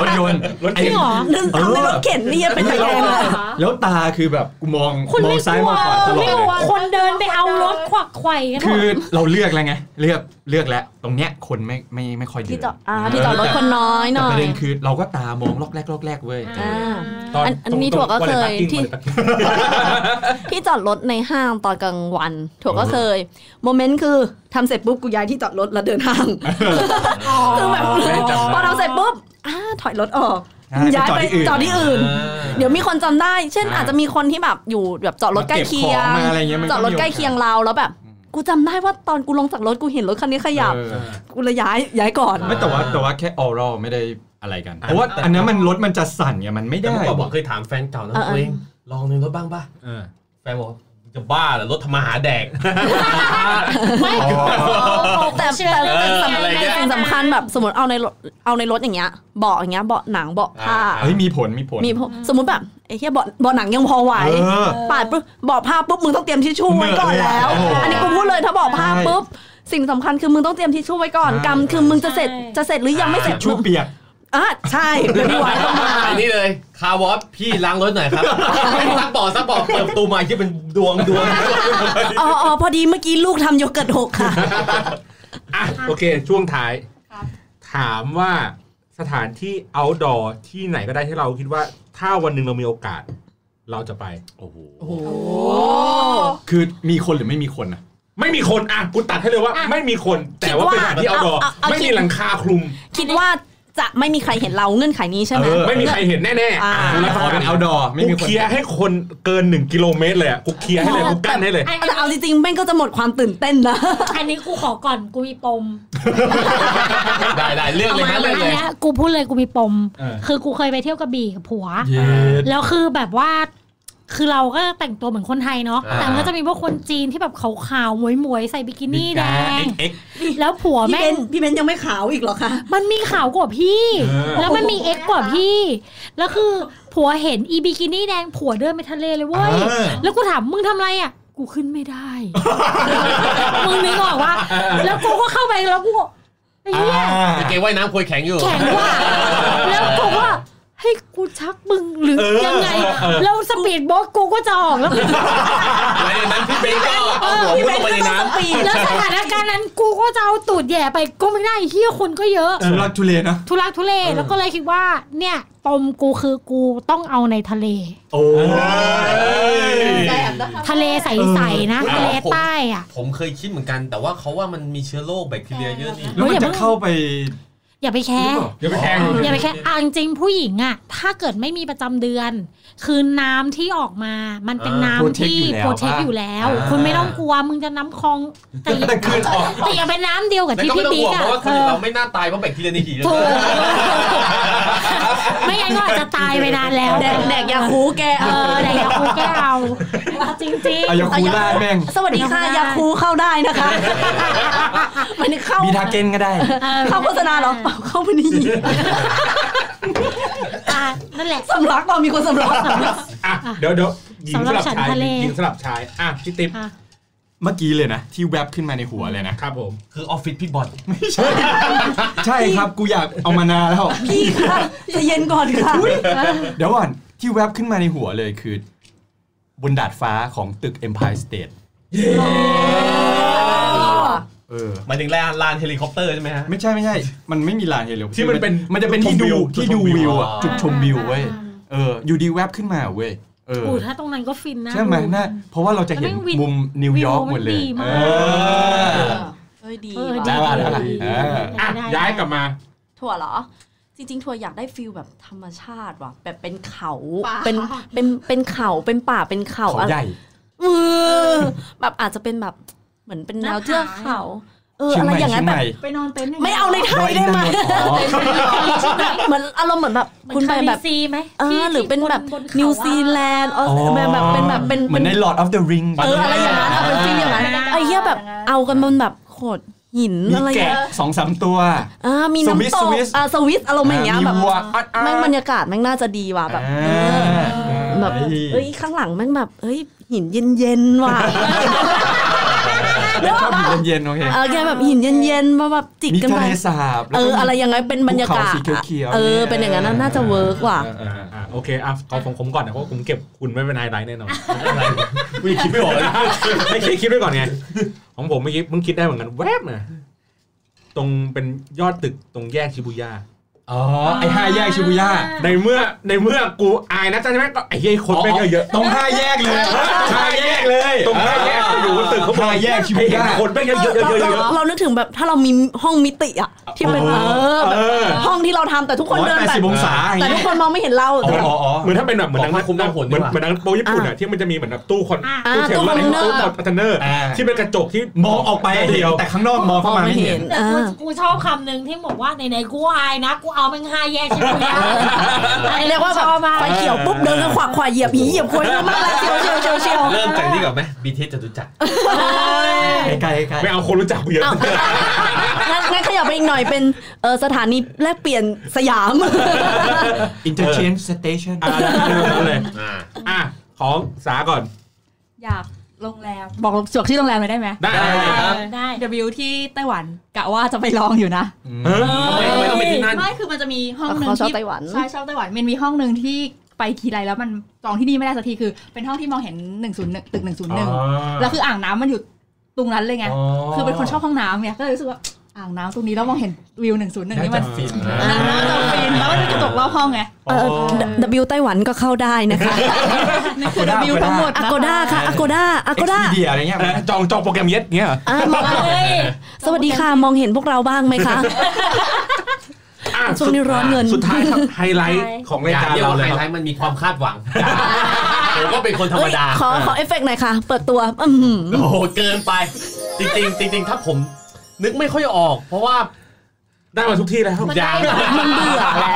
S6: รถยนต์
S4: จริงเหรอ
S8: นึกทำในรถเข็นนี่เป็นตะแกรงอะ
S6: แล้วตาคือแบบกูมอง
S4: คุณ
S6: มอง
S4: ไม่
S6: ซ้าย
S4: ก
S6: ม
S4: ลัว
S6: องขวาตลอด
S4: ไม่
S6: เล
S4: กลัวย คนเดินไปเอารถขวักไขว่กันหม
S6: คือ
S4: ด
S6: เราเลือกแล้วไงเลือกเลือกแล้ว ตรงเนี้ยคนไม่ไม่ไม่ค่อยเดิ
S3: ที่
S6: น
S3: จอดอ่าที่จอดรถคนน้อยห
S6: แต่
S3: น่อ
S6: ป
S3: ย
S6: ระเด็นคือเราก็ตามองลอกแรกลอกแรกเว้ย
S3: อ่า
S1: ตอน
S3: อันอันนี้
S1: ตรง
S3: ถั่วก็เคย
S1: ตรง wallet
S3: ที่
S1: parking
S3: ที่จอดรถในห้างตอนกลางวันถั่วก็เคย โมเมนต์คือทำเสร็จปุ๊บกูย้ายที่จอดรถแล้วเดินห้างคือแบบ
S1: ไม่จำ
S3: พอเราเสร็จปุ๊บอ่าถอยรถออก ย้ายไปจอดที่อื่น เดี๋ยวมีคนจำได้ เช่น อาจจะมีคนที่แบบอยู่แบบจอดรถใกล้เคียง
S6: มาก็บขอมาอะไรเงี้ยมัน
S3: จอดรถใกล้เคียงเราแล้วแบบ กูจำได้ว่าตอนกูลงจากรถกูเห็นรถคันนี้ข
S6: มีโอกาส
S3: ยับ
S6: เออ
S3: กูเลยย้ายย้ายก่อน
S6: ไม่แต่ว่าแต่ว่าแค่ออร l ไม่ได้อะไรกันเพราะว่าอันนั้นมันรถมันจะสั่นไงมันไม่
S5: แต่
S6: ได้
S5: เมื่อก่อนผม
S6: ว่ะ
S5: เคยถามแฟนเก่านะ
S3: เออ
S5: ตัวเองลองในรถบ้างป่ะ
S1: เออ
S5: แฟนบอกว่าจะบ้าเหรอรถทำมาหาแดก
S4: ไม่
S6: อ๋อ
S3: แต่
S4: เชื่อ
S3: แต่
S4: เรื่อง
S3: แต่สำ
S5: อะไร
S3: คัญ
S5: เงี้ย
S3: สิ่งสำคัญแบบสมมติเอาในรถเอาในรถอย่างเงี้ยเบาะอย่างเงี้ยเบาะหนังเบาะผ้า
S6: เฮ้ยมีผลมีผล
S3: มีพวกสมมติแบบไอ้เหี้ยเบาะเบาะหนังยังพอไหว
S6: เออ
S3: ปาดปุ๊บบอกผ้าปุ๊บมึงต้องเตรียมทิชชู่ไว้ก่อนแล้ว
S6: เหนื่อยอะ
S3: อันนี้กูพูดเลยถ้าบอกผ้าปุ๊บสิ่งสำคัญคือมึงต้องเตรียมทิชชู่ไว้ก่อน
S6: ใช่
S3: กรรมคือมึงจะเสร็จจะเสร็จหรือยังไม่เสร็จ
S6: ทิชชู่เปียก
S3: อ่ะใช่ไม่มีวันต้องมา
S5: อันนี้เลยคาร์วอสพี่ล้างรถหน่อยครับ ซักบ่อซักบ่อเปิดประตูมาที่เป็นดวงดวง
S3: อ๋ออ๋อพอดีเมื่อกี้ลูกทำโยเกิร์ตหกค่ะ
S1: อ่ะโอเค ช่วงท้าย ถามว่าสถานที่ outdoor ที่ไหนก็ได้ที่เราคิดว่า ถ้าวันหนึ่งเรามีโอกาส เราจะไป
S6: โอ้โห
S3: โอ้
S6: คือมีคนหรือไม่มีคนนะ
S1: ไม่มีคนอ่ะกูตัดให้เลยว่า ไม่มีคน แต่ว่า
S3: คิดว่า
S1: เป็นสถานที่ outdoor
S3: เอาเอาเอา
S1: ไม่มีหลังคาคลุม
S3: คิดว่าจะไม่มีใครเห็นเราเงื่อนไขนี้ใช่ไหม
S1: ไม่มีใครเห็นแน่
S3: อ่า
S1: ๆกูรับ
S6: ขอ
S1: ประกั
S6: เป็น น outdoor ไม่
S1: กู
S6: มีคน
S1: เคลียร์ให้คนเกินหนึ่งกิโลเมตรเลยอ่ะกูเคลียร์ให้เลยกูกั้นให้เลย
S3: แต่เอาจริงๆแม่งก็จะหมดความตื่นเต้นนะ
S4: อันนี้กูขอก่อนกูมีปม
S5: ได้ได้เรื่องเลยนะเรื่อ
S4: อั
S5: ง
S4: น
S5: เลย
S4: เนี้ยกูพูดเลยกูมีปม
S1: เออ
S4: คือกูเคยไปเที่ยวกระบี่กับผัว
S6: เย็ด
S4: แล้วคือแบบว่า คือเราก็แต่งตัวเหมือนคนไทยเนาะ
S5: อ่า
S4: แต่มันก็จะมีพวกคนจีนที่แบบขาวๆหมวยๆ ใส่บิกินี่แดง
S1: เอ็ก
S4: แล้วผัว
S8: พี่
S4: แม่
S8: เบ
S4: ง
S8: นพี่เบนยังไม่ขาวอีกเหรอคะ
S4: มันมีขาวกว่าพี่
S1: เออ
S4: แล้วมันมีเอ็กกว่าพี่ แล้วคือผัวเห็นอีบิกินี่แดงผัวเดินไปทะเลเลยเว้ย
S6: เออ
S4: แล้วกูถามมึงทำอะไรอ่ะ กูขึ้นไม่ได้ มึงนึกออกว่า แล้วกูก็เข้าไปแล้วกูก็ไอ้เหี้ย
S5: แต่เกว่ายน้ำควยแข็งอยู่
S4: แข็งว่ะแล้วกูว่าให้กูชักมึงหรือยังไง แล้วสปีดโบ๊ทกูก็จะออกแล้วกู
S5: หลังจากนั้นพี่เบนก็เอาหัวมุดลงไปในน้ำ
S4: แล้วสถานการณ์นั้นกูก็จะเอาตูดแหย่ไปก็ไม่ได้เฮียคนก็เยอะ
S6: ทุลักทุเลนะ
S4: ทุลักทุเลแล้วก็เลยคิดว่า เนี่ยปมกูคือกูต้องเอาในทะเล
S6: โอ้ย
S4: ทะเลใสๆนะ
S5: เออ
S4: ทะเลใต้อ่ะ
S5: ผมเคยคิดเหมือนกัน แต่ว่าเขาว่ามันมีเชื้อโรคแบคทีเรียเยอะนี่
S6: แล้วมันจะเข้าไป
S4: อย่าไปแคร์
S1: อย่าไปแทง
S4: อย่าไปแคร์อ่ะจริงๆผู้หญิงอ่ะ ถ้าเกิดไม่มีประจำเดือน คือน้ำที่ออกมา มันเป็น
S5: อ่า
S4: น้ำ
S6: protect
S4: ที่
S6: อยู่แล้ว
S4: โปรเทค
S6: อ่ะ
S4: อยู่แล้ว
S6: อ่า
S4: คุณไม่ต้องกลัวมึงจะน้ำคลองแต่อย่า
S6: แต่คือออก
S4: แต่อย่าเป็นน้ำเดียวกับ
S5: แต่
S4: ที่
S5: ก็ไม่
S4: พี่
S5: ต้อง
S4: บิ๊
S5: ห่
S4: ก
S5: วงเพ
S4: อ่ะ
S5: ราะว่าคนอื่นเราไม่น่าตายเพราะแบคทีเรียในหีเลย
S4: ถูก ไม่งั้นก็อาจจะตายไปนาน แล้ว
S3: แดกแดกยาคูแก
S4: เอ
S3: เอ
S4: อ
S3: อ
S4: แต่อย่า คูแก้วจริง
S6: อายาคูล่าแม่ง
S3: สวัสดีค่ะยาคูเข้าได้นะคะ มันนเข้า
S6: บีทาเกนก็ได้
S4: ๆออ
S3: เข้าโฆษณาเหรอเปล่าเข้าไม่ได้ยิน
S4: อ่ะนั่นแหละ
S3: สำลักเปล่ามีคนสำลัก
S1: อ่ะเดี๋ยวเดี๋ยวหญิงส
S4: สำหรั
S1: ลั
S4: บบฉัน
S1: ชาย
S4: ทะเล
S1: หญิงสลับชายอ่ะพี่ติ๊บ
S4: อ่ะ
S6: เมื่อกี้เลยนะ ที่แวบขึ้นมาในหัวเลยนะ
S1: ครับผม
S5: คือออฟฟิศพี่บอล
S6: ไม่ใช่ ใช่ครับกูอยากเอามานานแล้ว
S3: พี่ค่ะใจะเย็นก่อนค่ะ
S6: เดี๋ยวก่อน ที่แวบขึ้นมาในหัวเลยคือบนดาดฟ้าของตึก Empire State เออ
S5: หมายถึงลานลานเฮลิคอปเตอร์ใช่ไหมฮะ
S6: ไม่ใช่ไม่ใช่ มันไม่มีลานเฮลิคอปตอร์
S1: ที่มันเป็น
S6: มันจะเป็นที่ดู
S1: จุ
S6: ที่
S1: ดช
S6: ดู
S1: มวิว
S6: วิวอะ
S5: อ๋อ
S6: จุดชมวิวเว้ย เออ อยู่ดีแวบขึ้นมาเว้ย เออ
S4: อูถ้าตรงนั้นก็ฟินนะ
S6: ใช่ไหม
S4: ดู
S6: น่าเพราะว่าเราจะเห็น
S4: แล้วแม่งวิว
S6: มุมนิวยอร์ก
S4: วิว
S6: หม
S4: มัน
S6: ดเลย
S4: ดีมา
S6: เ
S4: ก
S6: ออ
S3: เอ้ยดี
S4: เออ
S3: ว่ะ
S4: ดี
S6: ได้ป่ะได้ป่ะ
S4: ดี
S6: เออ
S1: อ่ะ
S4: ได้
S1: ย้ายกลับมา
S3: ถั่วเหรอ จริงๆ ถั่วอยากได้ฟิลแบบธรรมชาติว่ะ แบบเป็นเขา
S8: ป่า
S3: เป็นเป็นเป็นเขาเป็นป่าเป็นเขา
S6: เขาใหญ่
S3: เออแบบอาจจะเป็นแบบเหมือนเป็นแนวเทือกเขาเออ
S6: เชียง
S3: อะ
S6: ใหม่
S3: ไรอย่าง
S6: เชี
S3: นั้
S6: ยง
S3: นแบ
S6: ให
S3: บ
S6: ม่
S8: ไปนอนเต็นท์
S3: ไม่เอาในไท
S6: ร้อย ย
S3: ได้ไหม
S6: นางรมอ๋อ
S3: เหมือนอารมณ์เหมือนแบบคุณไปแบบ
S4: เหมือนคาลิซีไหม
S3: เอ
S4: ที่
S3: อหรือเป็นแบบ
S4: ที่เขาอะ
S3: นิวซีแลนด์ออสแบบแบบเป็นแบบเป็น
S6: เหมือนใน Lord of the Ring
S3: เอออะไรอย่างนั้นอะเป็นฟิลอย่างนั้นไอ้เหี้ยแบบเอากันบนแบบโขดหิน
S6: มี
S3: อะไรอย่าง
S6: แกะ
S3: เงี้ย
S6: สองสามตัว
S3: อ่ามี
S6: สวิส
S3: น้ำต
S6: ส
S3: ก
S6: วิส
S3: อ่าสวิสอารมณ์อย่างเงี้ย
S6: มี
S3: แบบ
S6: วัวอัดอัด
S3: แม่งบรรยากาศแม่งน่าจะดีว่ะแบบ
S6: อ่า
S3: เออ แบบเอ้ยข้างหลังแม่งแบบเอ้ยหินเย็นๆว่ะ
S6: ชอบหินเย็นๆโอเค
S3: เออแกแบบหินเย็นๆมาแบบจิก
S6: มี
S3: กัน
S6: ทะ
S3: ไป
S6: เลสาบแล้ว
S3: เอ
S6: ก็
S3: อ
S6: มี
S3: อะไรยังไงเป็นบรรยากาศ
S6: ภูเขาสีเขียวๆ
S3: เออ
S6: เนี่ย
S3: เป็นอย่างนั้นน่ะน่าจะเวิร์กว่ะ
S6: เออ
S1: อ่ะโอเคอ่ะขอของผมก่อนนะเพราะผมเก็บคุณไม่เป็นไฮไลท์แน่นอน
S5: กูยังคิดไม่ออกเลย
S1: ไม่คิดคิดไว้ก่อนไง ของผมเมื่อกี้เพิ่งคิดได้เหมือนกันแวบนะตรงเป็นยอดตึกตรงแยกชิบูย่า
S6: อ๋อไอห้าแยกชิบุย่า
S1: ในเมื่อในเมื่อกูอายนะจ๊ะใช่ไหมก็ไอ้เหี้ยคนแม่งเยอะ
S6: ตรงห้าแยกเลย
S1: ๆ
S6: ห้าแยกเลย
S1: ตรงห้าแยกไปอยู่บนตึกเขาบอ
S6: ห้าแยกชิบู
S1: ไอ้
S6: ย่า
S1: เหี้คนแม่งเยอะๆเย
S3: เรา
S1: อะๆ
S3: เรา
S1: เยอะ
S3: เรานึกถึงแบบถ้าเรามีห้องมิติอะที่เป็นเออแบบห้องที่เราทำแต่ทุกคนเดิน
S6: แปด
S3: แบบ
S6: สิบองศาอย่าง
S3: แต่ทุก
S6: เงี้ย
S3: คนมองไม่เห็นเรา
S6: อ๋ออ๋ออ๋อ
S1: ๆเหมือนถ้าเป็นแบบเหมือนหนัง
S5: ของภาคภูมิต้องผล
S1: เหมือน
S5: ดีกว่า
S1: เหมือนหนังโป๊ญี่ปุ่นอะที่มันจะมีเหมือนแบบตู้คอน
S4: อ่า
S1: ตู้เทม
S3: ตู้
S1: อะไร
S3: คอน
S1: ตู้คอน
S3: เทนเนอร์
S1: เทนเนอร์
S6: อ่า
S1: ที่เป็นกระจกที่
S6: มองออกไป
S1: เดียว
S6: แต่ข้างนอกมองเข้ามาไม่เห็น
S4: แต่กูกูชอบคำหนึ่งที่บอกว่า ไหนๆกูอายนะ กูเอาแม่งห้าแยกชิบุย่า
S3: เรียกว่า
S4: ช
S3: แบบ
S4: อบมาก
S3: ไฟเขียวปุ๊บเดินกันขวักขวายเหยียบหีเหยียบควายเยอะมากเลยเชียวเชียวเชียวเชียว
S5: เริ่มจากนี่ก่อนไหมบีทีจตุจักร
S6: ใกล้ใกล้ใกล้
S1: ไม่เอาคนรู้จักกูเยอะ
S3: อ้าวงั้นงั้นขยับไปอีกหน่อยเป็นเออสถานีแลกเปลี่ยนสยาม
S6: อินเตอร์เชนสเตชัน
S1: อ่ะเอาเลย
S5: อ่า
S1: อ่ะของสาก่อน
S7: อยากโรงแรม บอกจวกชื่อโรงแรมเลยได้ไหม
S1: ได้
S5: ได้ ครับ
S4: ได้
S7: W ที่ไต้หวันกะว่าจะไปลองอยู่นะ
S1: เออ
S5: ทำไมทำไมต้องไปที่นั่น
S7: ไม่คือมันจะมีห้องหนึ่ง
S3: เขาชอบ
S7: ที่
S3: ไต้หวัน
S7: ใช่ชอบไต้หวันมันมีห้องหนึ่งที่ไปทีไรแล้วมันจองที่นี่ไม่ได้สักทีคือเป็นห้องที่มองเห็น101ตึก101แล้วคืออ่างน้ำมันอยู่ตรงนั้นเลยไงคือเป็นคนชอบห้องน้ำเนี่ยก็เลยรู้สึกว่าอ่างน้ำตรงนี้แล้วมองเห็นวิว101นี่มัน
S6: ฟิน
S7: อ่างน้ำตรงฟินแล้วมันเป็นกระจกรอบห้องไง
S3: เออ W ไต้หวันก็เข้าได้นะคะ
S6: นี่
S7: คือ W ทั้งหมด
S3: อ
S7: นะ
S3: โกด้าค่ะอโกด้าอโกด้า
S6: เดียอะไรเงี้ย
S1: เอ่อจองจองโปรแกรมเย็ดเงี้ยเหรอ
S3: อ่ะมอง
S4: เฮ้ย
S3: สวัสดีค่ะมองเห็นพวกเราบ้างไหมคะ
S1: อ่ะ
S3: ช่วงนี้ร้อนเงิน
S1: สุดท้ายครับไฮไลท์ของ
S5: อ
S1: ราย
S5: ย่าก
S1: การ
S5: เรียก
S1: เรา
S5: ว่า
S1: เลย
S5: ไฮ
S1: ค
S5: ไล
S1: รับ
S5: ท์มันมีความคาดหวังผมก็เป็นคนธรรมดา
S3: เอ้ยขอขอเอฟเฟกต์หน่อยค่ะ เปิดตัวอือหือ
S5: โอ้โหเกินไป จริงๆจริงๆถ้าผมนึกไม่ค่อยออก เพราะว่า
S1: ได้มาทุกที่แล้ว
S4: มัน
S5: ยา
S4: ได้
S5: ง
S4: แบบ
S3: มันเบื่อแล้ว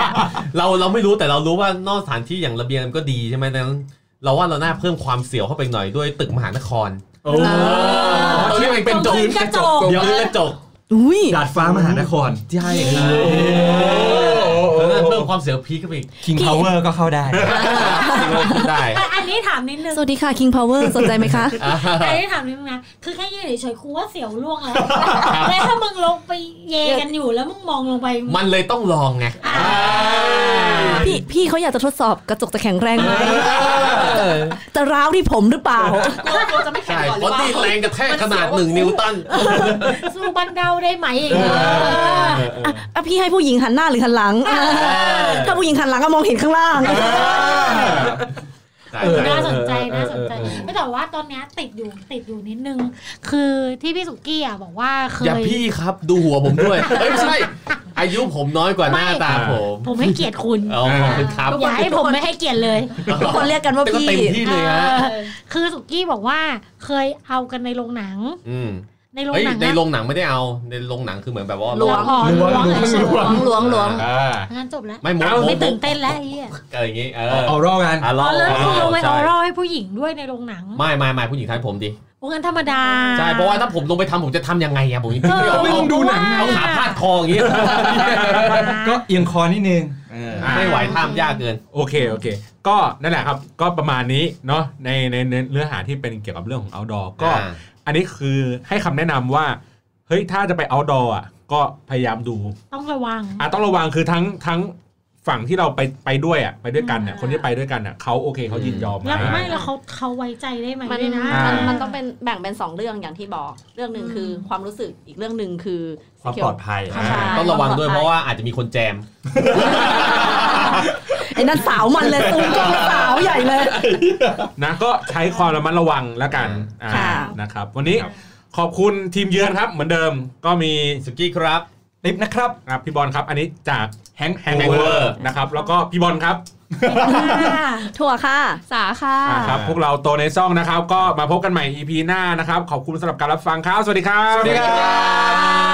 S5: เราเราไม่รู้แต่เรารู้ว่านอกสถานที่อย่างระเบียงมันก็ดีใช่ไหมดังนั้นเราว่าเราน่าเพิ่มความเสียวเข้าไปหน่อยด้วยตึกมหานคร
S6: โอ้
S5: ตรงนี้มันเป็น
S4: พื้นกระจก
S5: เดี๋ยวกระจก
S3: อุ้ย
S6: ดาดฟ้ามหานคร
S5: ใช่ครับแล้วน่าเพิ่มความเสียวพีคเข้าไปอีก
S6: คิงพาวเวอร์ก็เข้าได้
S5: ได้
S4: อ่ะอันนี้ถามนิดนึง
S3: สวัสดีค่ะ King Power สนใจไหมคะ
S4: แต่ที่ถามนี่มึงนะ คือแค่ยืนเฉยๆกูว่าเสียวล่วง แล้ว แล้วถ้ามึงลงไปเยกันอยู่แล้วมึงมองลงไป
S5: มันเลยต้องลองไง
S3: พี่พี่เขาอยากจะทดสอบกระจกจะแข็งแรงไหม
S5: เออ
S3: จะร้าวที่ผมหรือเปล่า
S7: ตัวจะไม่แข็ง
S5: ใช่
S7: ก่อนห
S5: เพ
S7: รือ
S5: ราะ
S7: เป
S5: นี่
S7: ล่า
S5: แรงกระแทกขนาดหนึ่งนิวตัน
S4: สู้บันเดาได้ไหมอย่างเงี้ย
S3: อ่ะอ่ะพี่ให้ผู้หญิงหันหน้าหรือหันหลังอ่ะ
S5: อ
S3: ถ้าผู้หญิงหันหลังก็มองเห็นข้างล่าง
S5: ใช่
S1: เออ
S5: ใช่
S4: น่าสนใจน่าสนใจ
S1: เออเออเออ
S4: แต่ว่าตอนเนี้ยติดอยู่ติดอยู่นิดนึง คือที่พี่สุกี้อ่ะบอกว่าเค
S5: อย่าย พี่ครับดูหัวผมด้วย เอ้ยไม่ใช่ อายุผมน้อยกว่าหน้าตาผม
S4: ผมให้เกียรติคุณ
S5: เอาขอบคุณครับ
S4: อย่าให้ผมไม่ให้เกียรติเลย
S3: ทุกคนเรียกกันว่า
S5: แต่ก็
S3: พี่
S5: เต็มที่เลยฮะ
S4: เออคือสุกี้บอกว่าเคยเอากันในโรงหนัง
S5: อืม
S4: ในโรง
S5: เฮ้ย
S4: หนัง
S5: ใน
S4: อะ
S5: โรงหนังไม่ได้เอา ในโรงหนังคือเหมือนแบบว่า
S3: หลวง
S4: อ๋อหลวงเฉย
S3: หลวงหลวงหลวง
S6: อ่า
S4: ๆงั้นจบแล้ว
S5: ไม่โม
S1: เอา
S5: โ
S4: ไม่ตื่นเต้นแล้วไอ้เหี้ย
S5: อะไรอย่างงี้เออ
S6: ออรอลกัน
S5: อ่ะล
S4: อ๋
S5: อ
S4: องแล้ว
S5: ล
S4: คุณล
S5: อ
S4: งไปอ
S5: งใช่
S4: อร่าให้ผู้หญิงด้วยในโรงหนัง
S5: ไม่ไม่ไม่ผู้หญิงทายผมดิ
S4: โอ้งั้นธรรมดา
S5: ใช่เพราะว่าถ้าผมลงไปทำผมจะทำยังไงอะผมยัง
S4: เออ
S5: ไม่ออก
S4: ไม่
S5: เอา
S4: ดูหนัง
S5: เอาขาพาดคออย่างงี้
S6: ก็เอียงคอนิดนึง
S5: ไม่ไหวท่ามยากเกิน
S1: โอเคโอเค ก็นั่นแหละครับ ก็ประมาณนี้เนาะในในในเนื้อหาที่เป็นเกี่ยวกับเรื่องของ outdoor ก็
S5: อ่า
S1: อันนี้คือให้คำแนะนำว่าเฮ้ยถ้าจะไป outdoor อ่ะก็พยายามดู
S4: ต้องระวัง
S1: อ่ะต้องระวังคือทั้งทั้งฝั่งที่เราไปไปด้วยอ่ะไปด้วยกันเนี่ยคนที่ไปด้วยกันอ่ะเขาโอเคเขายินยอม
S4: แล้ว
S1: ห
S4: ไม่แล้วเขาเขาไว้ใจได้ไหม
S3: มัน
S4: ด้วยนะ
S1: อ่า
S3: มันมันต้องเป็นแบ่งเป็นสองเรื่องอย่างที่บอก เรื่องหนึ่งคือความรู้สึกอีกเรื่องหนึ่งคือ
S6: ความปลอดภัย
S3: ใช่
S5: ต้องระวังด้วยเพราะว่าอาจจะมีคนแจม
S3: ไอ้นั่นสาวมันเลยตูมกล้องสาวใหญ่เลย
S1: นะก็ใช้ความระมัดระวังแล้วกันอ่า
S3: ค่ะ
S1: นะครับ วันนี้ขอบคุณทีมเยือนครับ เหมือนเดิมก็มี
S5: สุกี้ครับ
S6: ลิฟต์นะครับ
S1: ครับพี่บอลครับ อันนี้จาก
S6: แฮง
S1: แฮงเวอ
S5: Hangover
S1: ร์นะครับ แล้วก็พี่บอลครับ
S3: ถั่วค่ะ
S7: สาค่ะ
S1: อ่าครับ พวกเราโตในซ่องนะครับ ก็มาพบกันใหม่ EP หน้านะครับ ขอบคุณสำหรับการรับฟังครับ สวัสดีครับ
S6: สวัสดีครับ